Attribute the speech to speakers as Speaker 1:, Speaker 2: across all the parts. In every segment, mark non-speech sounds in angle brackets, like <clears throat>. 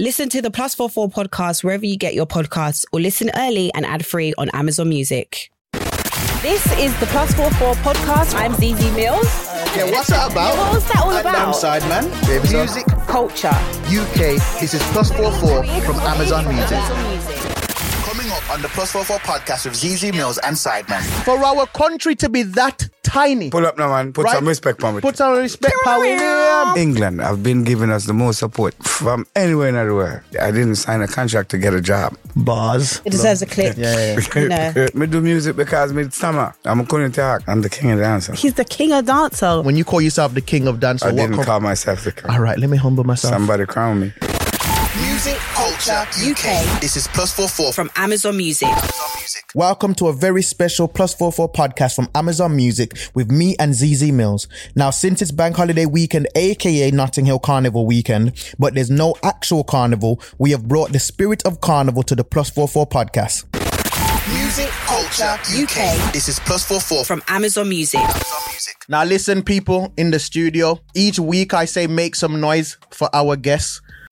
Speaker 1: Listen to the Plus 44 podcast wherever you get your podcasts or listen early and ad free on Amazon Music. This is the Plus 44 podcast. I'm ZZ Mills.
Speaker 2: Yeah, what's that about?
Speaker 1: What was that all
Speaker 2: And
Speaker 1: about?
Speaker 2: I'm Sideman. Music
Speaker 1: Culture.
Speaker 2: UK. This is Plus 44 from Amazon Music.
Speaker 1: Amazon Music.
Speaker 2: Coming up on the Plus 44 podcast with ZZ Mills and Sideman. For our country to be that tiny,
Speaker 3: Pull up now, man. Put
Speaker 2: Right.
Speaker 3: some respect on it.
Speaker 2: put some respect power in them.
Speaker 3: England have been giving us the most support from anywhere in the world. I didn't sign a contract to get a job.
Speaker 2: Bars.
Speaker 1: It deserves a clip.
Speaker 2: Yeah, yeah.
Speaker 1: You
Speaker 2: <laughs>
Speaker 1: know.
Speaker 3: <laughs> me do music because me summer. I'm a couldn't talk. I'm the king of dancing.
Speaker 1: He's the king of dancer.
Speaker 2: When you call yourself the king of dance,
Speaker 3: I
Speaker 2: or what
Speaker 3: didn't
Speaker 2: com-
Speaker 3: call myself the king.
Speaker 2: All right, let me humble myself.
Speaker 3: Somebody crown me.
Speaker 4: Music Culture UK. This is Plus 44 from
Speaker 1: From Amazon Music.
Speaker 4: Amazon Music.
Speaker 2: Welcome to a very special Plus 44 podcast from Amazon Music with me and ZZ Mills. Now, since it's Bank Holiday weekend, aka Notting Hill Carnival weekend, but there's no actual carnival, we have brought the spirit of carnival to the Plus 44 podcast.
Speaker 4: Music Culture UK. This is Plus 44 from
Speaker 1: From Amazon Music.
Speaker 4: Amazon Music.
Speaker 2: Now, listen, people in the studio, each week I say make some noise for our guests.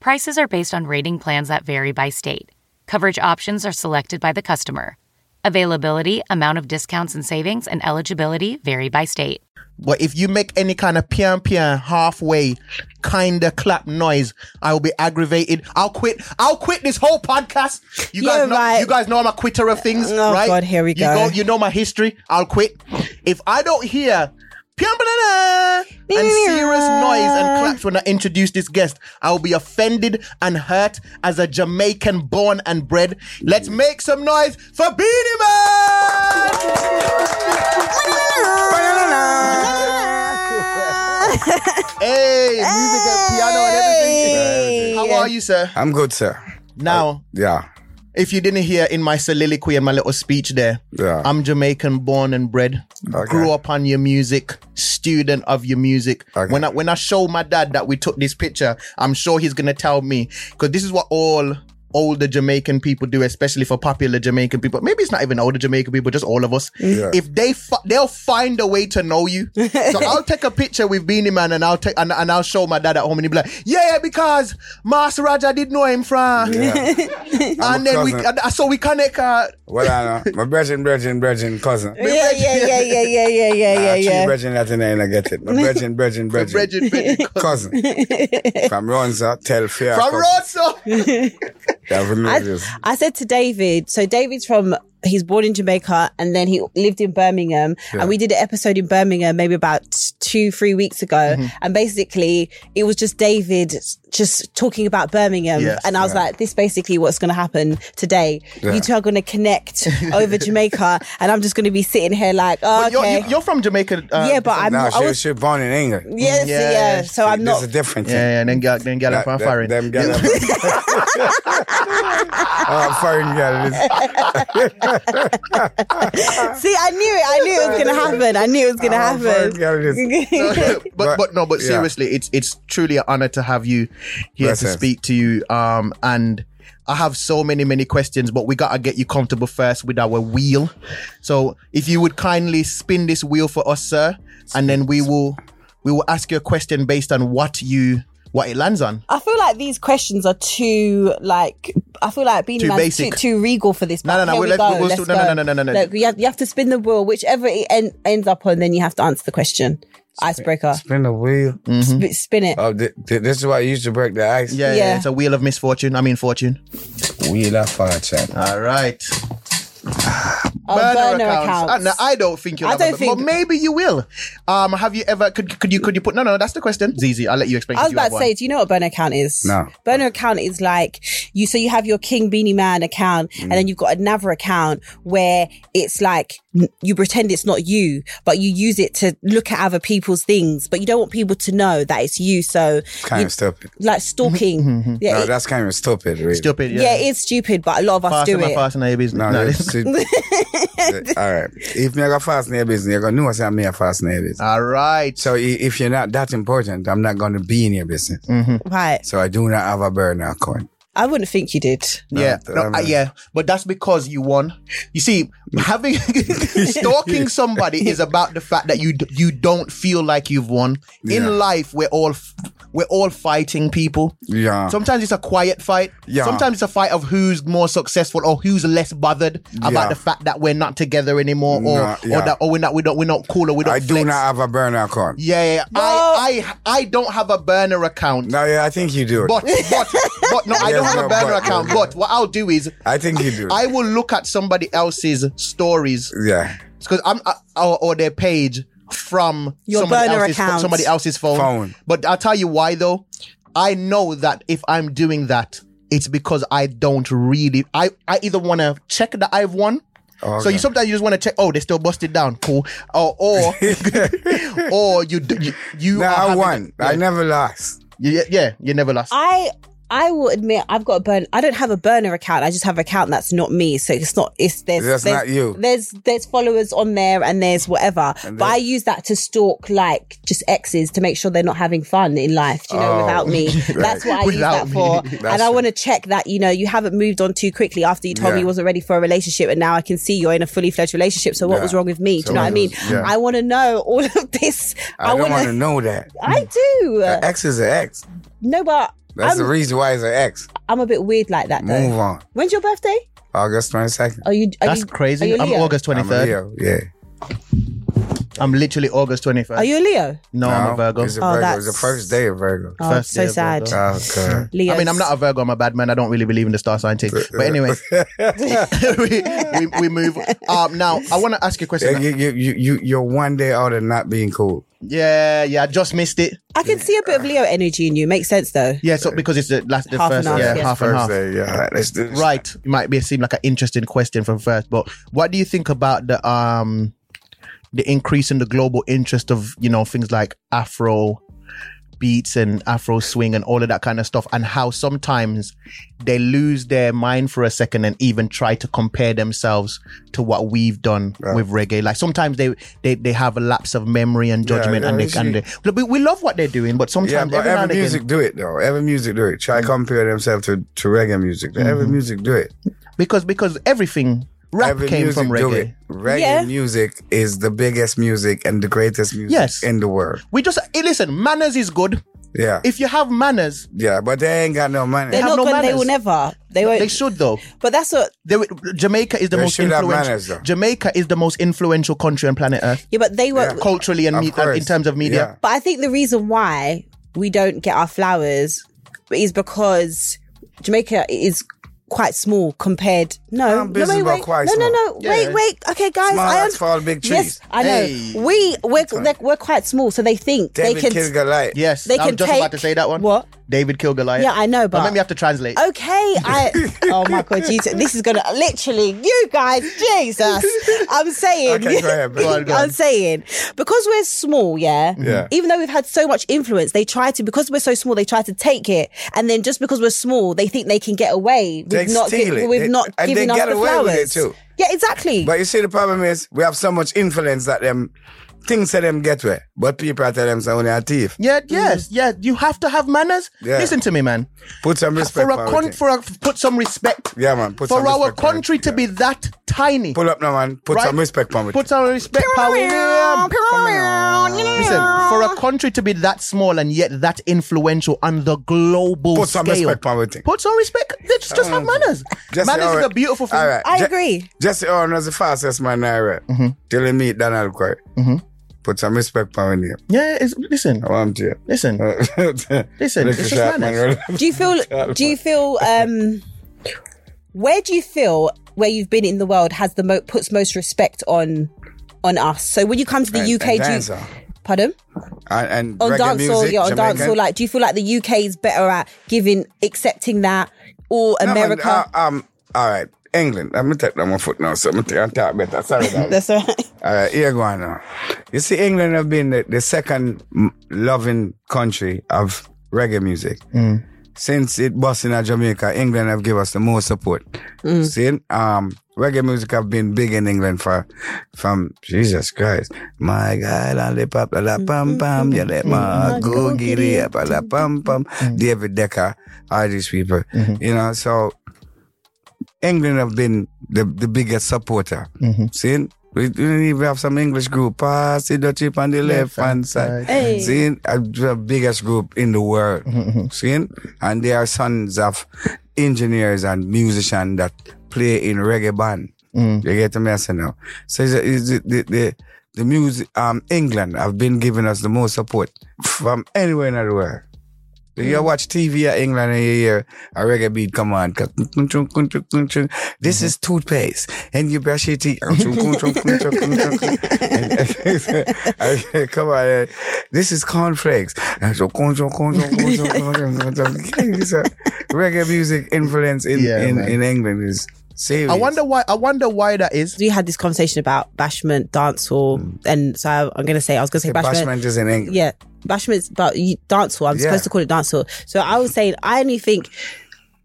Speaker 5: Prices are based on rating plans that vary by state. Coverage options are selected by the customer. Availability, amount of discounts and savings, and eligibility vary by state.
Speaker 2: But if you make any kind of pian pian halfway kinda clap noise, I will be aggravated. I'll quit. I'll quit this whole podcast. You
Speaker 1: Yeah,
Speaker 2: guys know
Speaker 1: right.
Speaker 2: you guys know I'm a quitter of things.
Speaker 1: Oh,
Speaker 2: right?
Speaker 1: God, here we
Speaker 2: you
Speaker 1: go.
Speaker 2: Know, you know my history. I'll quit. If I don't hear pian pian and serious noise and claps when I introduce this guest, I'll be offended and hurt as a Jamaican born and bred. Let's make some noise for Beanie Man! Hey, music and piano and everything. How are you, sir?
Speaker 3: I'm good, sir.
Speaker 2: Now,
Speaker 3: Yeah.
Speaker 2: if you didn't hear in my soliloquy and my little speech there,
Speaker 3: Yeah.
Speaker 2: I'm Jamaican born and bred.
Speaker 3: Okay.
Speaker 2: Grew up on your music, student of your music.
Speaker 3: Okay.
Speaker 2: When I when I show my dad that we took this picture, I'm sure he's gonna tell me because this is what all older Jamaican people do, especially for popular Jamaican people. Maybe it's not even older Jamaican people, just all of us. If they fi- they'll find a way to know you. so I'll take a picture with Beanie Man and I'll take and, and I'll show my dad at home and he'll be like, yeah, because Master Raja did know him from. <laughs> And then we,
Speaker 3: cousin.
Speaker 2: and- so we connect. Uh,
Speaker 3: Well, I know. My brethren, brethren, brethren, cousin.
Speaker 1: Yeah, yeah, yeah, yeah, yeah, yeah, yeah, yeah,
Speaker 3: Actually,
Speaker 1: yeah.
Speaker 3: brethren, Latin, I ain't get it. My brethren,
Speaker 2: <laughs>
Speaker 3: brethren, brethren.
Speaker 1: <laughs>
Speaker 2: Bridget, Bridget,
Speaker 3: Cousin. From Ronza, tell fair.
Speaker 2: from
Speaker 3: cousin.
Speaker 1: <laughs>
Speaker 2: Rosso.
Speaker 3: Yeah, from
Speaker 1: I,
Speaker 3: Rhodes.
Speaker 1: I said to David, so David's from, he's born in Jamaica and then he lived in Birmingham. And we did an episode in Birmingham maybe about two, three weeks ago.
Speaker 2: Mm-hmm.
Speaker 1: And basically, it was just David just talking about Birmingham.
Speaker 2: Yes,
Speaker 1: and I was like, this is basically what's going to happen today. You two are going to
Speaker 2: <laughs>
Speaker 1: connect over Jamaica. And I'm just going to be sitting here like, oh,
Speaker 2: You're,
Speaker 1: okay.
Speaker 2: you're, you're from Jamaica. Uh,
Speaker 1: yeah, but I'm
Speaker 3: Now,
Speaker 1: not. I
Speaker 3: she,
Speaker 1: was,
Speaker 3: she born in England.
Speaker 1: yes, yeah,
Speaker 2: Yeah,
Speaker 1: So I'm
Speaker 3: There's
Speaker 1: not.
Speaker 3: a different
Speaker 2: Yeah,
Speaker 3: thing.
Speaker 2: yeah, and then get then get up
Speaker 3: That-
Speaker 2: and
Speaker 3: that-
Speaker 2: foreign. <laughs>
Speaker 3: Them gal
Speaker 1: <laughs>
Speaker 3: are- <laughs> Oh, foreign gal.
Speaker 1: <laughs>
Speaker 3: this-
Speaker 1: See, I knew it. I knew it was
Speaker 2: <laughs>
Speaker 1: going to happen. I knew it was going to
Speaker 3: Oh,
Speaker 1: happen.
Speaker 3: foreign gal.
Speaker 1: <laughs>
Speaker 3: this-
Speaker 2: but, but no, but
Speaker 3: yeah.
Speaker 2: seriously, it's it's truly an honor to have you here to
Speaker 3: Blessings.
Speaker 2: speak to you. Um, and I have so many many questions, but we gotta get you comfortable first with our wheel. So if you would kindly spin this wheel for us, sir, and then we will we will ask you a question based on what you what it lands on.
Speaker 1: I feel like these questions are too like I feel like being
Speaker 2: Too
Speaker 1: man's
Speaker 2: basic.
Speaker 1: too, too regal for this.
Speaker 2: No,
Speaker 1: but
Speaker 2: no, no,
Speaker 1: here
Speaker 2: we'll
Speaker 1: we
Speaker 2: let-
Speaker 1: go.
Speaker 2: we'll- we'll
Speaker 1: Let's
Speaker 2: do- no,
Speaker 1: go.
Speaker 2: no, no, no, no, no.
Speaker 1: Look, you have, you have to spin the wheel, whichever it en- ends up on, then you have to answer the question. Icebreaker,
Speaker 3: Spin the wheel.
Speaker 2: Mm-hmm.
Speaker 1: Sp- spin
Speaker 2: Uh,
Speaker 1: it.
Speaker 3: Oh, th- th- this is why you used to break the ice.
Speaker 2: Mm. Yeah, yeah,
Speaker 1: Yeah.
Speaker 2: it's a wheel of misfortune. I mean fortune.
Speaker 3: Wheel of fortune.
Speaker 2: All right.
Speaker 1: Oh, burner
Speaker 2: I,
Speaker 1: accounts.
Speaker 2: no, uh, I don't think you'll.
Speaker 1: I
Speaker 2: have a
Speaker 1: don't
Speaker 2: bu-
Speaker 1: think-
Speaker 2: but maybe you will. Um, have you ever? Could could you could you put? No, no, that's the question. Zizi, I'll let you explain.
Speaker 1: I was
Speaker 2: if you
Speaker 1: about to
Speaker 2: have
Speaker 1: say, do you know what burner account is?
Speaker 3: No.
Speaker 1: Burner account is like you. So you have your King Beanie Man account, and then you've got another account where it's like n- you pretend it's not you, but you use it to look at other people's things, but you don't want people to know that it's you. So
Speaker 3: Kind of stupid.
Speaker 1: like stalking. yeah,
Speaker 3: No,
Speaker 1: it-
Speaker 3: that's kind of stupid, really.
Speaker 2: one. stupid.
Speaker 1: yeah.
Speaker 2: Yeah,
Speaker 1: it's stupid, but a lot of us
Speaker 2: fast
Speaker 1: do
Speaker 2: and
Speaker 1: it.
Speaker 2: fast and I business.
Speaker 3: No,
Speaker 2: No,
Speaker 1: <laughs>
Speaker 3: that's
Speaker 2: this-
Speaker 3: stupid. All right. If me I got fast in your business, you're going to know I say I'm me a fast in your business.
Speaker 2: <laughs> All right.
Speaker 3: So i- if you're not that important, I'm not going to be in your business.
Speaker 1: Right.
Speaker 3: So I do not have a burner account.
Speaker 1: I wouldn't think you did.
Speaker 2: yeah,
Speaker 3: No, um,
Speaker 2: no,
Speaker 3: I mean-
Speaker 2: uh, yeah, but that's because you won. You see, having <laughs> stalking somebody is about the fact that you d- you don't feel like you've won.
Speaker 3: Yeah.
Speaker 2: In life, we're all f- we're all fighting people.
Speaker 3: Yeah.
Speaker 2: Sometimes it's a quiet fight.
Speaker 3: Uh-huh. Yeah.
Speaker 2: Sometimes it's a fight of who's more successful or who's less bothered
Speaker 3: Yeah.
Speaker 2: about the fact that we're not together anymore, or
Speaker 3: Nah, yeah.
Speaker 2: or that or we're not we don't we're not cool or we don't.
Speaker 3: I do
Speaker 2: flex.
Speaker 3: not have a burner account.
Speaker 2: Yeah, yeah, yeah. I, I I don't have a burner account.
Speaker 3: No, yeah, I think you do.
Speaker 2: But but but no, I
Speaker 3: Yeah,
Speaker 2: don't have
Speaker 3: no,
Speaker 2: a burner
Speaker 3: but-
Speaker 2: account. But what I'll do is
Speaker 3: I think you do.
Speaker 2: I will look at somebody else's stories
Speaker 3: yeah.
Speaker 2: because I'm uh, or, or their page from
Speaker 1: Your
Speaker 2: somebody
Speaker 1: burner
Speaker 2: else's,
Speaker 1: account.
Speaker 2: somebody else's phone.
Speaker 3: Phone.
Speaker 2: But I'll tell you why though. I know that if I'm doing that, it's because I don't really. I I either want to check that I've won. So you sometimes you just want to check. Oh, they still busted down. Cool. Or
Speaker 3: <laughs>
Speaker 2: or or you d- you, you
Speaker 3: No,
Speaker 2: are
Speaker 3: I
Speaker 2: having-
Speaker 3: won. I never lost.
Speaker 2: Yeah, yeah, you never lost.
Speaker 1: I I will admit I've got a burn. I don't have a burner account. I just have an account that's not me. So it's not. It's there's
Speaker 3: That's
Speaker 1: there's,
Speaker 3: not you.
Speaker 1: There's there's followers on there and there's whatever. but I use that to stalk like just exes to make sure they're not having fun in life. Do you know,
Speaker 3: Oh,
Speaker 1: without
Speaker 3: <laughs>
Speaker 1: me, that's what I use
Speaker 2: Without
Speaker 1: that for.
Speaker 2: me.
Speaker 1: and I want to check that you know you haven't moved on too quickly after you told me
Speaker 3: Yeah.
Speaker 1: you wasn't ready for a relationship, and now I can see you're in a fully fledged relationship. So what
Speaker 3: Yeah.
Speaker 1: was wrong with me? Do
Speaker 3: So
Speaker 1: you know what I
Speaker 3: it
Speaker 1: mean?
Speaker 3: was- yeah.
Speaker 1: I want to know all of this.
Speaker 3: I, don't
Speaker 1: wanna-
Speaker 3: want to know that.
Speaker 1: <laughs> I do.
Speaker 3: An <laughs> X is an X.
Speaker 1: no, but
Speaker 3: That's
Speaker 1: I'm,
Speaker 3: the reason why it's an X.
Speaker 1: I'm a bit weird like that though.
Speaker 3: Move on.
Speaker 1: When's your birthday?
Speaker 3: August 22nd.
Speaker 1: Are you? Are
Speaker 2: That's
Speaker 1: you, Are
Speaker 2: crazy.
Speaker 1: you a
Speaker 2: I'm
Speaker 1: Leo?
Speaker 2: August
Speaker 3: I'm a
Speaker 2: 23rd.
Speaker 3: Leo. Yeah.
Speaker 2: I'm, literally August 23rd.
Speaker 1: Are you a Leo?
Speaker 2: no, I'm a Virgo.
Speaker 3: It's a
Speaker 1: Oh,
Speaker 3: Virgo.
Speaker 1: that's-
Speaker 3: It's the first day of Virgo.
Speaker 1: Oh,
Speaker 2: First
Speaker 1: so
Speaker 2: day of
Speaker 1: sad.
Speaker 2: Virgo.
Speaker 3: Oh,
Speaker 2: <laughs>
Speaker 3: God.
Speaker 1: Leo.
Speaker 2: I mean, I'm not a Virgo. I'm a bad man. I don't really believe in the star sign thing. But anyway,
Speaker 3: <laughs>
Speaker 2: <laughs> we, we, we move. Um, now I want to ask you a
Speaker 3: Yeah,
Speaker 2: question.
Speaker 3: you, you, you, you, you're one day out of not being cool.
Speaker 2: Yeah, yeah. I just missed it.
Speaker 1: I can see a bit of Leo energy in you. Makes sense though.
Speaker 2: Yeah, so because it's the last, the
Speaker 1: Half and
Speaker 2: first,
Speaker 1: half,
Speaker 2: yeah,
Speaker 1: yeah.
Speaker 2: half and
Speaker 3: First
Speaker 2: half.
Speaker 3: day, yeah. All right, let's do this.
Speaker 2: Right. It might be seem like an interesting question from first, but what do you think about the um the increase in the global interest of you know things like Afro beats and Afro swing and all of that kind of stuff, and how sometimes they lose their mind for a second and even try to compare themselves to what we've done with reggae. Like sometimes they they, they have a lapse of memory and judgment,
Speaker 3: yeah,
Speaker 2: and they
Speaker 3: it's-
Speaker 2: can. They, look, we- we love what they're doing, but sometimes
Speaker 3: Yeah, but
Speaker 2: every, now and
Speaker 3: every
Speaker 2: again- Mm.
Speaker 3: music do it though. Every music do it. Try compare themselves to, to reggae music. Every music do it.
Speaker 2: because because everything Mm-hmm. rap
Speaker 3: Every
Speaker 2: came
Speaker 3: music
Speaker 2: from
Speaker 3: do
Speaker 2: reggae.
Speaker 3: it. Reggae
Speaker 1: Yeah.
Speaker 3: music is the biggest music and the greatest music
Speaker 2: Yes.
Speaker 3: in the world.
Speaker 2: We just eh, listen. Manners is good.
Speaker 3: Yeah,
Speaker 2: If you have manners,
Speaker 3: yeah, but they ain't got no money.
Speaker 1: They're
Speaker 2: have
Speaker 1: not
Speaker 2: no
Speaker 1: gonna. They
Speaker 2: manners.
Speaker 1: will never. They won't.
Speaker 2: they should though.
Speaker 1: but that's what.
Speaker 2: They, would- Jamaica is the
Speaker 3: They
Speaker 2: most
Speaker 3: should have
Speaker 2: influential.
Speaker 3: manners, though.
Speaker 2: Jamaica is the most influential country on planet Earth,
Speaker 1: Yeah, but they won't.
Speaker 2: culturally and
Speaker 3: Of
Speaker 2: me- and in
Speaker 3: course.
Speaker 2: terms of media.
Speaker 1: But I think the reason why we don't get our flowers is because Jamaica is quite small compared. No,
Speaker 3: I'm
Speaker 1: no,
Speaker 3: busy
Speaker 1: wait,
Speaker 3: about
Speaker 1: wait.
Speaker 3: quite
Speaker 1: no, no,
Speaker 3: small.
Speaker 1: no. Wait, wait. Okay, guys,
Speaker 3: Small
Speaker 1: I
Speaker 3: rocks fall, big
Speaker 1: Yes,
Speaker 3: trees.
Speaker 1: I know.
Speaker 2: Hey.
Speaker 1: We we're like, we're quite small, so they think
Speaker 3: David
Speaker 1: they can.
Speaker 3: King Goliath.
Speaker 2: Yes,
Speaker 1: They
Speaker 2: I
Speaker 1: can
Speaker 2: was just
Speaker 1: take-
Speaker 2: about to say that one.
Speaker 1: What?
Speaker 2: David killed Goliath.
Speaker 1: Yeah, I know, but- Oh.
Speaker 2: maybe you have to translate.
Speaker 3: <laughs>
Speaker 1: Okay, I. Oh my god, you, this is gonna literally you guys, Jesus. I'm saying,
Speaker 3: Okay, go ahead, bro. Go
Speaker 1: <laughs>
Speaker 3: on, go
Speaker 1: I'm saying because we're small, yeah.
Speaker 3: Yeah.
Speaker 1: Even though we've had so much influence, they try to because we're so small, they try to take it, and then just because we're small, they think they can get away with
Speaker 3: They
Speaker 1: not
Speaker 3: steal
Speaker 1: gi-
Speaker 3: it.
Speaker 1: with
Speaker 3: They-
Speaker 1: not
Speaker 3: and they
Speaker 1: giving us
Speaker 3: get
Speaker 1: the
Speaker 3: away
Speaker 1: flowers.
Speaker 3: with it too.
Speaker 1: Yeah, exactly.
Speaker 3: But you see, the problem is we have so much influence that them things that them get away, but people tell them say only a thief.
Speaker 2: Yeah, yes, yeah. You have to have manners.
Speaker 3: Yeah.
Speaker 2: Listen to me, man.
Speaker 3: Put some respect
Speaker 2: For a
Speaker 3: for
Speaker 2: con-
Speaker 3: everything.
Speaker 2: for a, put some respect.
Speaker 3: Yeah, man, put
Speaker 2: for
Speaker 3: some
Speaker 2: our
Speaker 3: respect for
Speaker 2: country to
Speaker 3: everything,
Speaker 2: be that tiny.
Speaker 3: Pull up now, man. Put
Speaker 2: right?
Speaker 3: some respect on it.
Speaker 2: Put some respect power. Listen, for a country to be that small and yet that influential on the global
Speaker 3: Put
Speaker 2: scale,
Speaker 3: some respect on everything.
Speaker 2: Put some respect. Just, just have manners.
Speaker 3: Just say,
Speaker 2: manners
Speaker 3: all
Speaker 2: is
Speaker 3: right.
Speaker 2: a beautiful thing.
Speaker 3: All right.
Speaker 1: I
Speaker 3: Je-
Speaker 1: agree.
Speaker 3: Jesse Owens was oh, the fastest man I read.
Speaker 2: Mm-hmm.
Speaker 3: Till he meet Donald Quay. Put some respect on him.
Speaker 2: Yeah, it's, listen,
Speaker 3: I want you.
Speaker 2: <laughs> listen.
Speaker 3: Listen,
Speaker 2: it's just manners.
Speaker 1: do you feel? Do you feel? Um, where do you feel where you've been in the world has the mo- puts most respect on on us. So when you come to the
Speaker 3: And-
Speaker 1: UK,
Speaker 3: and
Speaker 1: do you-
Speaker 3: dancehall.
Speaker 1: pardon
Speaker 3: and, and
Speaker 1: on
Speaker 3: reggae
Speaker 1: dancehall,
Speaker 3: music,
Speaker 1: yeah, on
Speaker 3: Jamaican.
Speaker 1: dancehall. Like, do you feel like the UK is better at giving accepting that or
Speaker 3: No, man,
Speaker 1: America?
Speaker 3: uh, um, all right, England. I'm gonna take that on my foot now, so I'm gonna take and talk better.
Speaker 1: <laughs>
Speaker 3: Sorry, guys.
Speaker 1: That's
Speaker 3: <laughs>
Speaker 1: right.
Speaker 3: All right, here go on now. You see, England have been the, the second mm, loving country of reggae music. Since it was in uh, Jamaica, England have give us the most support. See, um, reggae music have been big in England for, from Jesus Christ. My God, I lip up, la pam pam, you let my go get it up, la pam pam. David Decker, all these people, you know, so England have been the, the biggest supporter. See? We we even have some English group. Pass the chip on the left hand side.
Speaker 1: Hey.
Speaker 3: See? Uh, The biggest group in the world. See? And they are sons of engineers and musicians that play in reggae band. You get the message now. So it's, it's, the, the, the music, um, England have been giving us the most support from anywhere in the world. You watch TV at England and you hear a reggae beat come on. This is toothpaste. And you brush your teeth. And- <laughs> come on. eh, This is cornflakes. reggae music influence in,
Speaker 2: Yeah,
Speaker 3: in,
Speaker 2: man.
Speaker 3: in England is serious.
Speaker 2: I wonder why. I wonder why that is.
Speaker 1: we had this conversation about bashment, dancehall, and so I, am going to say I was going to say bashment.
Speaker 3: Mm. Bashment is in England.
Speaker 1: Yeah, bashment's about you- dancehall. I'm
Speaker 3: Yeah.
Speaker 1: supposed to call it dancehall. So I was saying I only think.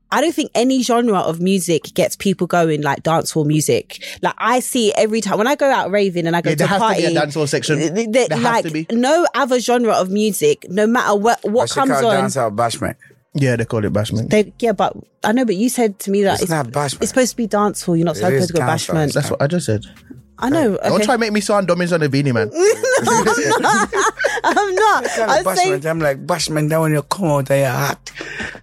Speaker 1: I don't think any genre of music gets people going like dancehall music. Like I see every time when I go out raving and I go
Speaker 2: Yeah,
Speaker 1: to
Speaker 2: there
Speaker 1: a
Speaker 2: has
Speaker 1: party,
Speaker 2: to be a dancehall section.
Speaker 1: th- th- th-
Speaker 2: There has
Speaker 1: like
Speaker 2: to be.
Speaker 1: no other genre of music, no matter what what
Speaker 3: She called
Speaker 1: comes on,
Speaker 3: dancehall bashment.
Speaker 2: Yeah, they call it bashment.
Speaker 1: they yeah. But I know, but you said to me that
Speaker 3: It's not bashment.
Speaker 1: It's supposed to be dancehall. You're not
Speaker 3: It
Speaker 1: supposed
Speaker 3: is
Speaker 1: to go
Speaker 3: dancehall.
Speaker 1: bashment.
Speaker 2: That's what I just said.
Speaker 1: I know. Okay.
Speaker 2: Don't try and make me sound dumb in front of Beanie E, Man.
Speaker 1: <laughs> I'm not.
Speaker 3: kind of
Speaker 1: I'm saying
Speaker 3: bashment. I'm like bashment. That when you come out and you're hot,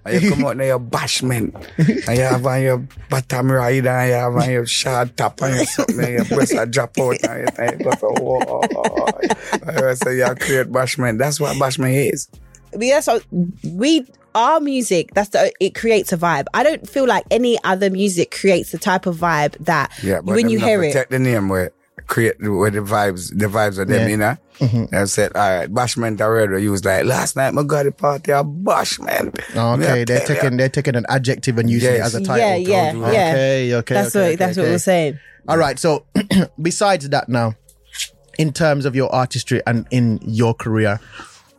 Speaker 3: and you come out and you're bashment, and you have on your bottom rider, and you have on your short top, and your something, and your breasts are drop out, and you think you go for war. I say you create bashment. That's what bashment is.
Speaker 1: we that's what- we our music that's the it creates a vibe i don't feel like any other music creates the type of vibe that
Speaker 3: Yeah, but
Speaker 1: when
Speaker 3: them
Speaker 1: you
Speaker 3: not
Speaker 1: hear it
Speaker 3: protect the name where create where the vibes the vibes of them,
Speaker 2: Yeah.
Speaker 3: you know. And I said, all right, bashment already. You was like last night, my god, the party, a bashment. Me, I
Speaker 2: Okay, they're
Speaker 3: tell you.
Speaker 2: taking they're taking an adjective and using
Speaker 3: Yes.
Speaker 2: it as a
Speaker 1: Yeah,
Speaker 2: title.
Speaker 1: yeah,
Speaker 2: okay,
Speaker 1: yeah.
Speaker 2: Okay, okay.
Speaker 1: that's
Speaker 2: okay,
Speaker 1: what
Speaker 2: okay,
Speaker 1: that's what
Speaker 2: okay.
Speaker 1: we're saying
Speaker 2: All right. So, <clears throat> besides that, now, in terms of your artistry and in your career,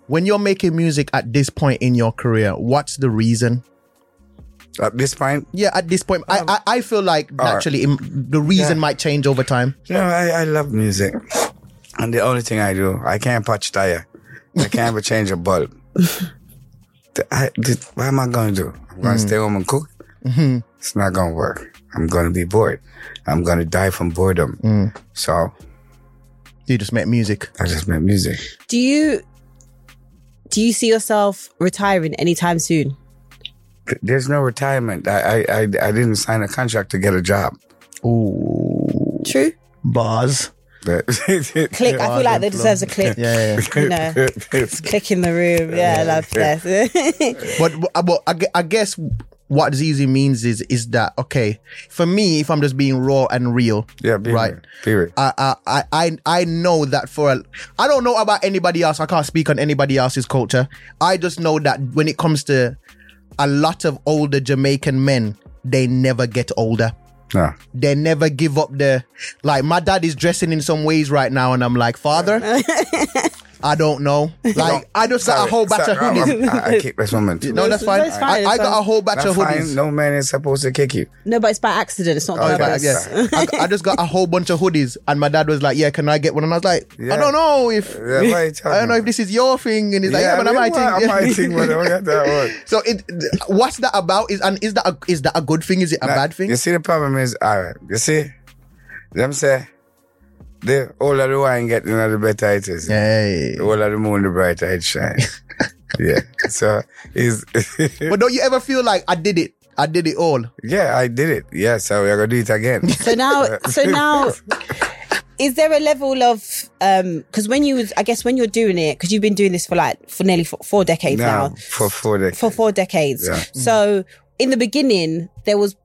Speaker 2: when you're making music at this point in your career, what's the reason?
Speaker 3: At this point,
Speaker 2: Yeah, at this point, I I, I feel like naturally im- the reason might change over time.
Speaker 3: No, I, I love music. And the only thing I do, I can't patch tire. I can't ever change a bulb. Th- I, th- what am I going to do? I'm going to
Speaker 2: Mm.
Speaker 3: stay home and cook?
Speaker 2: Mm-hmm.
Speaker 3: It's not going to work. I'm going to be bored. I'm going to die from boredom.
Speaker 2: Mm.
Speaker 3: So
Speaker 2: You just make music.
Speaker 3: I just make music.
Speaker 1: do you do you see yourself retiring anytime soon
Speaker 3: Th- There's no retirement. I, I, I, I didn't sign a contract to get a job.
Speaker 2: Ooh,
Speaker 1: true
Speaker 2: bars.
Speaker 3: But <laughs>
Speaker 1: click i feel like there deserves a <laughs> click
Speaker 2: Yeah, yeah.
Speaker 1: you know click in the room yeah i love that <laughs>
Speaker 2: but uh, but I, gue- I guess what Zizi means is is that okay for me if I'm just being raw and real.
Speaker 3: yeah, period.
Speaker 2: right.
Speaker 3: Period.
Speaker 2: I I I I I know that for a, I don't know about anybody else. I can't speak on anybody else's culture. I just know that when it comes to a lot of older Jamaican men, they never get older.
Speaker 3: No.
Speaker 2: They never give up the like. My dad is dressing in some ways right now, and I'm
Speaker 1: <laughs>
Speaker 2: like, father. I don't know. Like I just got a whole batch of
Speaker 3: Sorry,
Speaker 2: hoodies.
Speaker 3: I'm- I, I keep this woman.
Speaker 2: <laughs> No, that's fine.
Speaker 1: That's fine,
Speaker 2: I, I
Speaker 1: it's
Speaker 2: got
Speaker 1: fine.
Speaker 2: a whole batch of
Speaker 3: That's
Speaker 2: hoodies.
Speaker 3: fine. No man is supposed to kick <laughs> you.
Speaker 1: no but it's by accident Oh, it's not
Speaker 3: Okay.
Speaker 1: by
Speaker 2: But,
Speaker 1: purpose
Speaker 2: yeah, I, I just got a whole bunch of hoodies, and my dad was like, "Yeah, can I get one?" And I was like, "I
Speaker 3: Yeah.
Speaker 2: don't know if
Speaker 3: Yeah, what are you talking
Speaker 2: I don't know if
Speaker 3: about?
Speaker 2: this is your thing." And he's like, "Yeah, but I
Speaker 3: mean,
Speaker 2: might
Speaker 3: what?
Speaker 2: think."
Speaker 3: I might think whatever that was.
Speaker 2: <laughs> So, it, what's that about? Is and is that a, is that a good thing? Is it a
Speaker 3: Now,
Speaker 2: <laughs> bad thing?
Speaker 3: You see, the problem is, all right, you see, them say, the older the wine get, you know, the better it is.
Speaker 2: Hey.
Speaker 3: The older the moon, the brighter it
Speaker 2: <laughs>
Speaker 3: shines. yeah. So, is <laughs>
Speaker 2: But don't you ever feel like I did it? I did it all.
Speaker 3: yeah, I did it. Yeah, so we're going to do it
Speaker 2: <laughs>
Speaker 3: again. <laughs>
Speaker 1: So now, so now, is there a level of um? Because when you, was- I guess, when you're doing it, because you've been doing this for like for nearly four, four decades
Speaker 3: now,
Speaker 1: now,
Speaker 3: for four days.
Speaker 1: for four decades.
Speaker 3: Yeah.
Speaker 1: So in the beginning, there was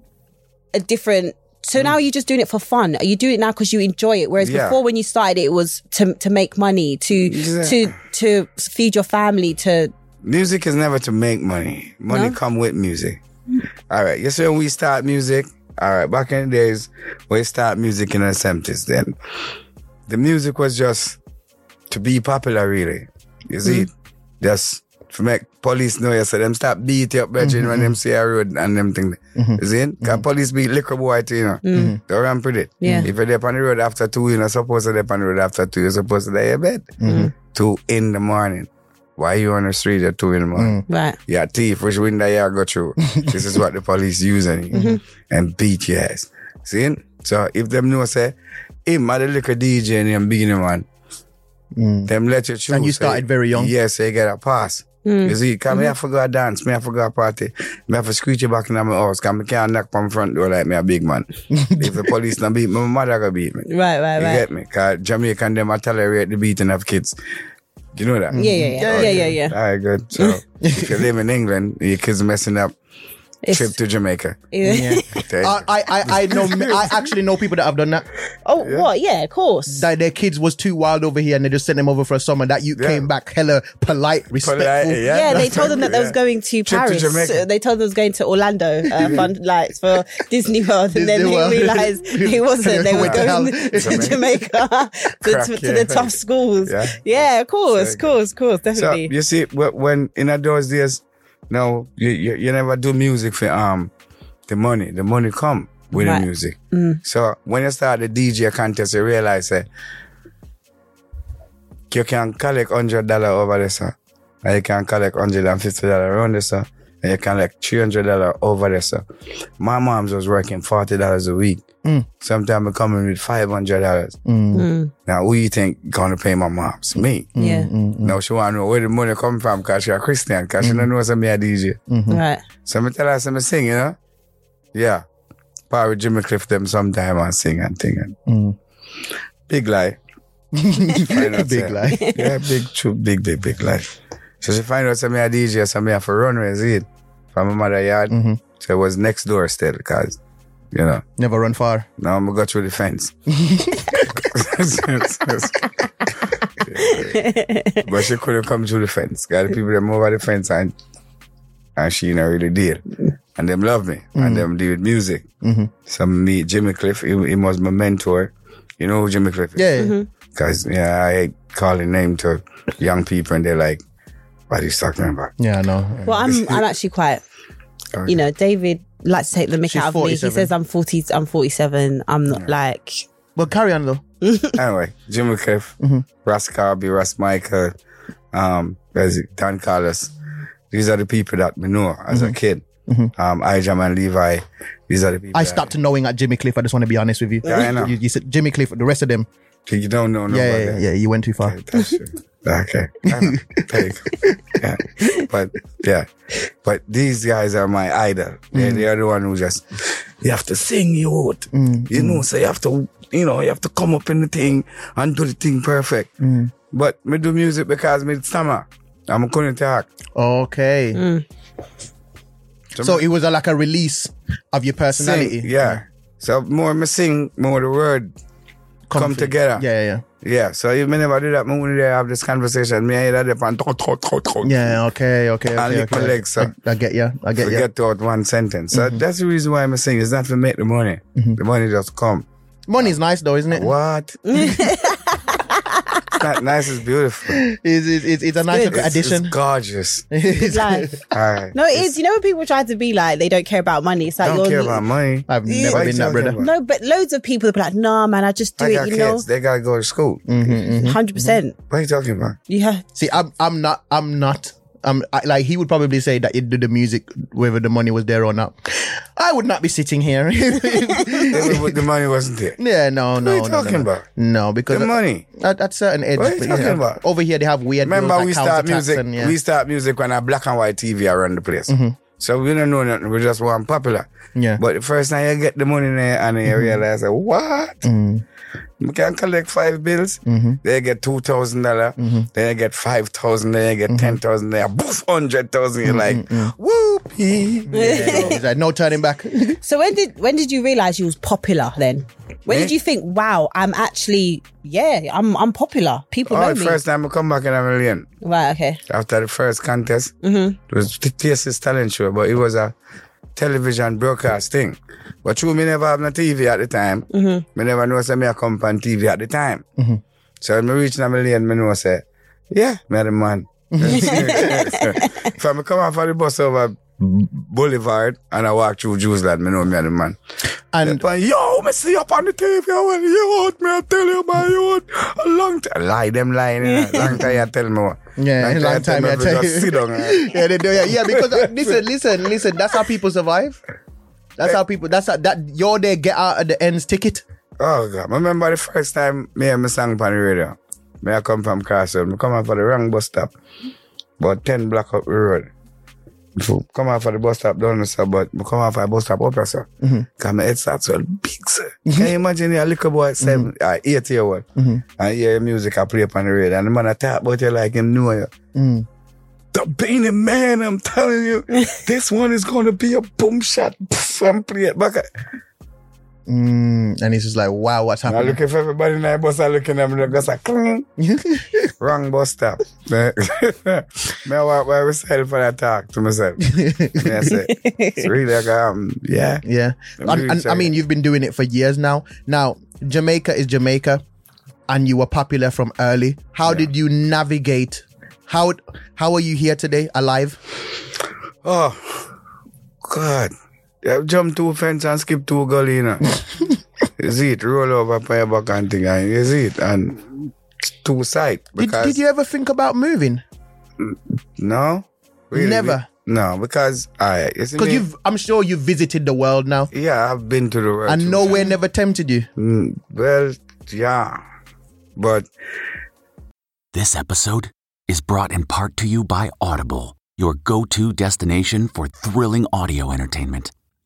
Speaker 1: a different So now you're just doing it for fun. You do it now because you enjoy it. Whereas
Speaker 3: Mm. Yeah.
Speaker 1: before, when you started, it was to to make money, to
Speaker 3: Yeah.
Speaker 1: to to feed your family, to
Speaker 3: Music is never to make money. Money
Speaker 1: No?
Speaker 3: come with music. All right. You see when we start music, all right, back in the days, we start music in the 70s then. The music was just to be popular really. You see? Just to make police know you so them start beat you up virgin when them see a road and them thing. You see? Because police beat liquor boy to you know. Don't run with it.
Speaker 1: Yeah.
Speaker 3: If you're there on the road after two, you're not supposed to be on the road after two, you're supposed to lay in bed. Two in the morning. Why you on the street at two in the morning?
Speaker 1: right.
Speaker 3: Yeah, thief, which window you
Speaker 2: <laughs>
Speaker 3: go through? this is what the police using you
Speaker 2: Mm-hmm.
Speaker 3: and beat your ass. See? So if them know say, him at the liquor DJ and him beginning one, them let you choose.
Speaker 2: Mm. And you started very young.
Speaker 3: Yes, yeah, so you get a pass.
Speaker 1: Mm.
Speaker 3: You see, come me I
Speaker 1: Mm-hmm.
Speaker 3: forgot dance, me I forgot party, me I for screech you back in my house, come me can't knock on front door like me a big
Speaker 2: <laughs>
Speaker 3: man. if the police don't beat me, my mother gonna beat me.
Speaker 1: Right, right,
Speaker 3: You
Speaker 1: right.
Speaker 3: get me? Cause Jamaican them I tolerate the beating of kids. You know that?
Speaker 1: Yeah, yeah,
Speaker 3: Oh,
Speaker 1: yeah, yeah, yeah, yeah.
Speaker 3: All right, good. So if you live in England, your kids messing up
Speaker 1: It's-
Speaker 3: trip to Jamaica.
Speaker 1: yeah.
Speaker 3: Okay?
Speaker 2: I, I, I, I know. I actually know people that have done that.
Speaker 1: <laughs> oh, what? Yeah, of course.
Speaker 2: That their kids was too wild over here, and they just sent them over for a summer. That you
Speaker 3: Yeah.
Speaker 2: came back hella polite, respectful.
Speaker 3: Polite, eh.
Speaker 1: yeah, they
Speaker 3: that's
Speaker 1: told them that they was
Speaker 3: yeah.
Speaker 1: going to
Speaker 3: to
Speaker 1: Paris.
Speaker 3: Jamaica.
Speaker 1: they told them they was going to Orlando uh,
Speaker 3: <laughs>
Speaker 1: fun lights for Disney World, and then
Speaker 2: Disney World.
Speaker 1: they realized they wasn't. They were
Speaker 2: Went to
Speaker 1: going
Speaker 2: hell.
Speaker 1: <laughs> to Jamaica to,
Speaker 3: Crack,
Speaker 1: to, to
Speaker 3: yeah.
Speaker 1: the tough schools.
Speaker 3: Yeah.
Speaker 1: Yeah, of course,
Speaker 3: So
Speaker 1: of course, of course,
Speaker 3: So
Speaker 1: definitely.
Speaker 3: you see, wh- when in a those days, no, you, you you never do music for um the money. The money come with
Speaker 1: Right. Mm.
Speaker 3: the music. So when you start the DJ contest, you realize that you can collect hundred dollar over this, sir, and you can collect hundred and fifty dollar around this, sir, and you can collect three hundred dollar over this. Sir. My mom's was working forty dollars a week. Sometimes I come in with five hundred dollars.
Speaker 1: Mm.
Speaker 3: Now who you think gonna pay my mom's? Me.
Speaker 1: yeah,
Speaker 3: No, she want to know where the money come from because she a Christian, because she don't know some me a DJ.
Speaker 1: right.
Speaker 3: So me tell her some sing, you know? Yeah. Par with Jimmy Cliff them sometime and sing and thing. And Big lie. Find
Speaker 2: <laughs>
Speaker 3: out,
Speaker 2: Big
Speaker 3: say.
Speaker 2: lie.
Speaker 3: Yeah, big, true, big, big, big lie. So she find out some me a DJ, some me have a runway, see it? From my mother yard. So it was next door still, because, you know.
Speaker 2: <laughs> Never run far.
Speaker 3: Now I'm gonna go through the fence. <laughs> but she couldn't come through the fence. Got the people that move over the fence and and she not really did. And them love me. And them deal with music. So me, Jimmy Cliff, he, he was my mentor. You know who Jimmy Cliff is?
Speaker 2: Yeah.
Speaker 3: Cause yeah, I hate calling name to young people and they're like, what are you talking about?
Speaker 2: Yeah, I know.
Speaker 1: Well, I'm I'm actually quite. You know, David likes to take the mick
Speaker 2: She's
Speaker 1: out of me. He
Speaker 2: 47.
Speaker 1: says I'm forty. I'm forty-seven. I'm not like.
Speaker 2: But carry on though.
Speaker 3: anyway, Jimmy Cliff,
Speaker 2: Mm-hmm.
Speaker 3: Russ Carby, Russ Michael, um, there's Dan Carlos. These are the people that we know as
Speaker 2: Mm-hmm.
Speaker 3: a kid. Um, Ijam and Levi. These are the people.
Speaker 2: I
Speaker 3: that-
Speaker 2: stopped knowing at Jimmy Cliff. I just want to be honest with you.
Speaker 3: Yeah, I know.
Speaker 2: You, you said Jimmy Cliff. The rest of them.
Speaker 3: You don't
Speaker 2: Yeah,
Speaker 3: know. nobody.
Speaker 2: yeah, yeah, yeah. You went too far.
Speaker 3: That's true. <laughs> Okay. I know. Hey. yeah. But yeah. But these guys are my idol. They're, they're the one who just you have to sing you out. You know, so you have to you know, you have to come up in the thing and do the thing perfect. But me do music because me stammer. I'm going to talk.
Speaker 2: Okay. So it was a, like a release of your personality.
Speaker 3: Sing, yeah. So more me sing, more the word come
Speaker 2: Conflict.
Speaker 3: together.
Speaker 2: Yeah, yeah,
Speaker 3: Yeah. So if me never do that, me only there have this conversation. Me I hear that and talk, talk, talk, talk.
Speaker 2: yeah. Yeah, Okay. Okay.
Speaker 3: I
Speaker 2: okay,
Speaker 3: lick my
Speaker 2: okay.
Speaker 3: legs, sir.
Speaker 2: I, I get you. I get you.
Speaker 3: forget out one sentence. So that's the reason why I'm saying it's not to make the money. The money just come.
Speaker 2: Money's nice though, isn't it?
Speaker 3: What? it's not nice. It's beautiful. It's,
Speaker 2: It's, it's, it's, it's a nice
Speaker 1: good.
Speaker 2: little
Speaker 3: it's
Speaker 2: addition.
Speaker 3: gorgeous. All
Speaker 2: <laughs>
Speaker 1: It's like
Speaker 3: right.
Speaker 1: no, it is. You know when people try to be like they don't care about money. It's like
Speaker 3: Don't
Speaker 1: you're,
Speaker 3: care about money.
Speaker 2: I've never
Speaker 3: Why
Speaker 2: been
Speaker 3: you
Speaker 2: that brother.
Speaker 3: talking about?
Speaker 1: No, but loads of people are like, nah, man, I just do
Speaker 3: I
Speaker 1: it,
Speaker 3: got
Speaker 1: you
Speaker 3: kids. They gotta go to school.
Speaker 1: know, 100%. percent
Speaker 3: What are you talking about?
Speaker 1: Yeah.
Speaker 2: See, I'm I'm not I'm not I'm I, like he would probably say that it did the music whether the money was there or not. I would not be sitting here. <laughs>
Speaker 3: They would- the money wasn't there.
Speaker 2: yeah, no, no.
Speaker 3: are you
Speaker 2: no, no,
Speaker 3: talking
Speaker 2: no.
Speaker 3: about?
Speaker 2: No, because
Speaker 3: The money.
Speaker 2: at, at certain age,
Speaker 3: What are you talking
Speaker 2: yeah,
Speaker 3: about?
Speaker 2: over here they have weird. rules
Speaker 3: Remember,
Speaker 2: like
Speaker 3: we
Speaker 2: counter
Speaker 3: start
Speaker 2: tax
Speaker 3: music.
Speaker 2: and, yeah. Mm-hmm.
Speaker 3: We start music when a black and white TV around the place. So we don't know nothing. We just want popular.
Speaker 2: Yeah. Mm-hmm.
Speaker 3: But the first time you get the money in there and you realize, that, what? We can collect five bills.
Speaker 2: Mm-hmm.
Speaker 3: Then you get two
Speaker 2: Mm-hmm.
Speaker 3: dollars. Then you get five thousand. Then you get ten thousand. Then you boof hundred thousand. You're like, woo! happy.
Speaker 2: Yeah, he's like, no turning
Speaker 3: <laughs>
Speaker 2: back.
Speaker 1: So when did when did you realize you was popular then? When did
Speaker 3: Me?
Speaker 1: you think, wow, I'm actually yeah, I'm I'm popular. People
Speaker 3: Oh,
Speaker 1: know
Speaker 3: the
Speaker 1: me.
Speaker 3: first time I come back in a million
Speaker 1: Right, okay.
Speaker 3: after the first contest. It was the fiercest talent show, but it was a television broadcast thing. But true, me never have no TV at the time. Me never know say me a come on TV at the time. So when me reach a million, me know say, yeah, me a the man. <laughs> so I come off of the bus over Boulevard and I walk through Jews land, me know me a the man.
Speaker 2: And
Speaker 3: But yo, me see up on the TV. I want you out, me. I tell you, man, you out. A long time. Lie, them lying. You know. Long time, I tell me. what.
Speaker 2: Yeah, long time
Speaker 3: I
Speaker 2: you
Speaker 3: tell
Speaker 2: tell
Speaker 3: me.
Speaker 2: you.
Speaker 3: Just sit down. eh.
Speaker 2: yeah, they do. Yeah, yeah. Because
Speaker 3: <laughs>
Speaker 2: uh, listen, listen, listen. That's how people survive. That's how people. That's how that you're there. Get out of the ends ticket.
Speaker 3: Oh, God. I remember the first time me and me sang on the radio. Me, I come from Castle. I come out for the wrong bus stop. About 10 block up the road. Before- Come out for the bus stop down the sub, but I come out for the bus stop up here, sir. Because my head starts well big, sir. Can you imagine a little boy, 7 uh, eight year old, and hear your music I play up on the radio, and the man I talk about you like him know you. the beanie man, I'm telling you, this one is going to be a boom shot. Pff, I'm playing back.
Speaker 2: Mm, and it's just like, wow, what's
Speaker 3: I
Speaker 2: happening?
Speaker 3: look if everybody in the bus are looking at me, they just
Speaker 2: <laughs>
Speaker 3: like, cling. Wrong bus stop. <laughs> Me I walk by myself for that talk to myself. Me I say, it's really like, um, yeah.
Speaker 2: Yeah.
Speaker 3: I'm
Speaker 2: And, and, I
Speaker 3: really
Speaker 2: mean, you've been doing it for years now. Now, Jamaica is Jamaica, and you were popular from early. How did you navigate? How how are you here today, alive?
Speaker 3: Oh, God. I jump two fence and skip two
Speaker 2: <laughs>
Speaker 3: gully, you know. you see it, roll over, pay back and thing, and you see it, and two side.
Speaker 2: Did,
Speaker 3: because-
Speaker 2: did you ever think about moving?
Speaker 3: No. Really,
Speaker 2: Never?
Speaker 3: we- No, because I.
Speaker 2: Because you've, I'm sure you've visited the world now,
Speaker 3: Yeah, I've been to the world.
Speaker 2: and
Speaker 3: too.
Speaker 2: nowhere never tempted you.
Speaker 3: Mm, well, yeah. But
Speaker 6: This episode is brought in part to you by Audible, your go to destination for thrilling audio entertainment.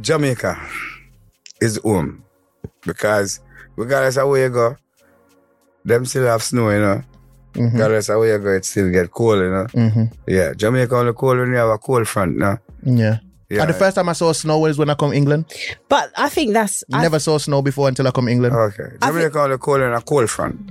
Speaker 3: Jamaica is home because regardless of where you go, them still have snow, you know. Regardless of where you go, it still get cold, you know. Yeah, Jamaica only cold when you have a cold front, no.
Speaker 2: Yeah.
Speaker 3: Yeah.
Speaker 2: And the first time I saw snow was when I come England.
Speaker 1: But I think that's I-
Speaker 2: Never saw snow before until I come England.
Speaker 3: Okay, Jamaica only cold when a cold front.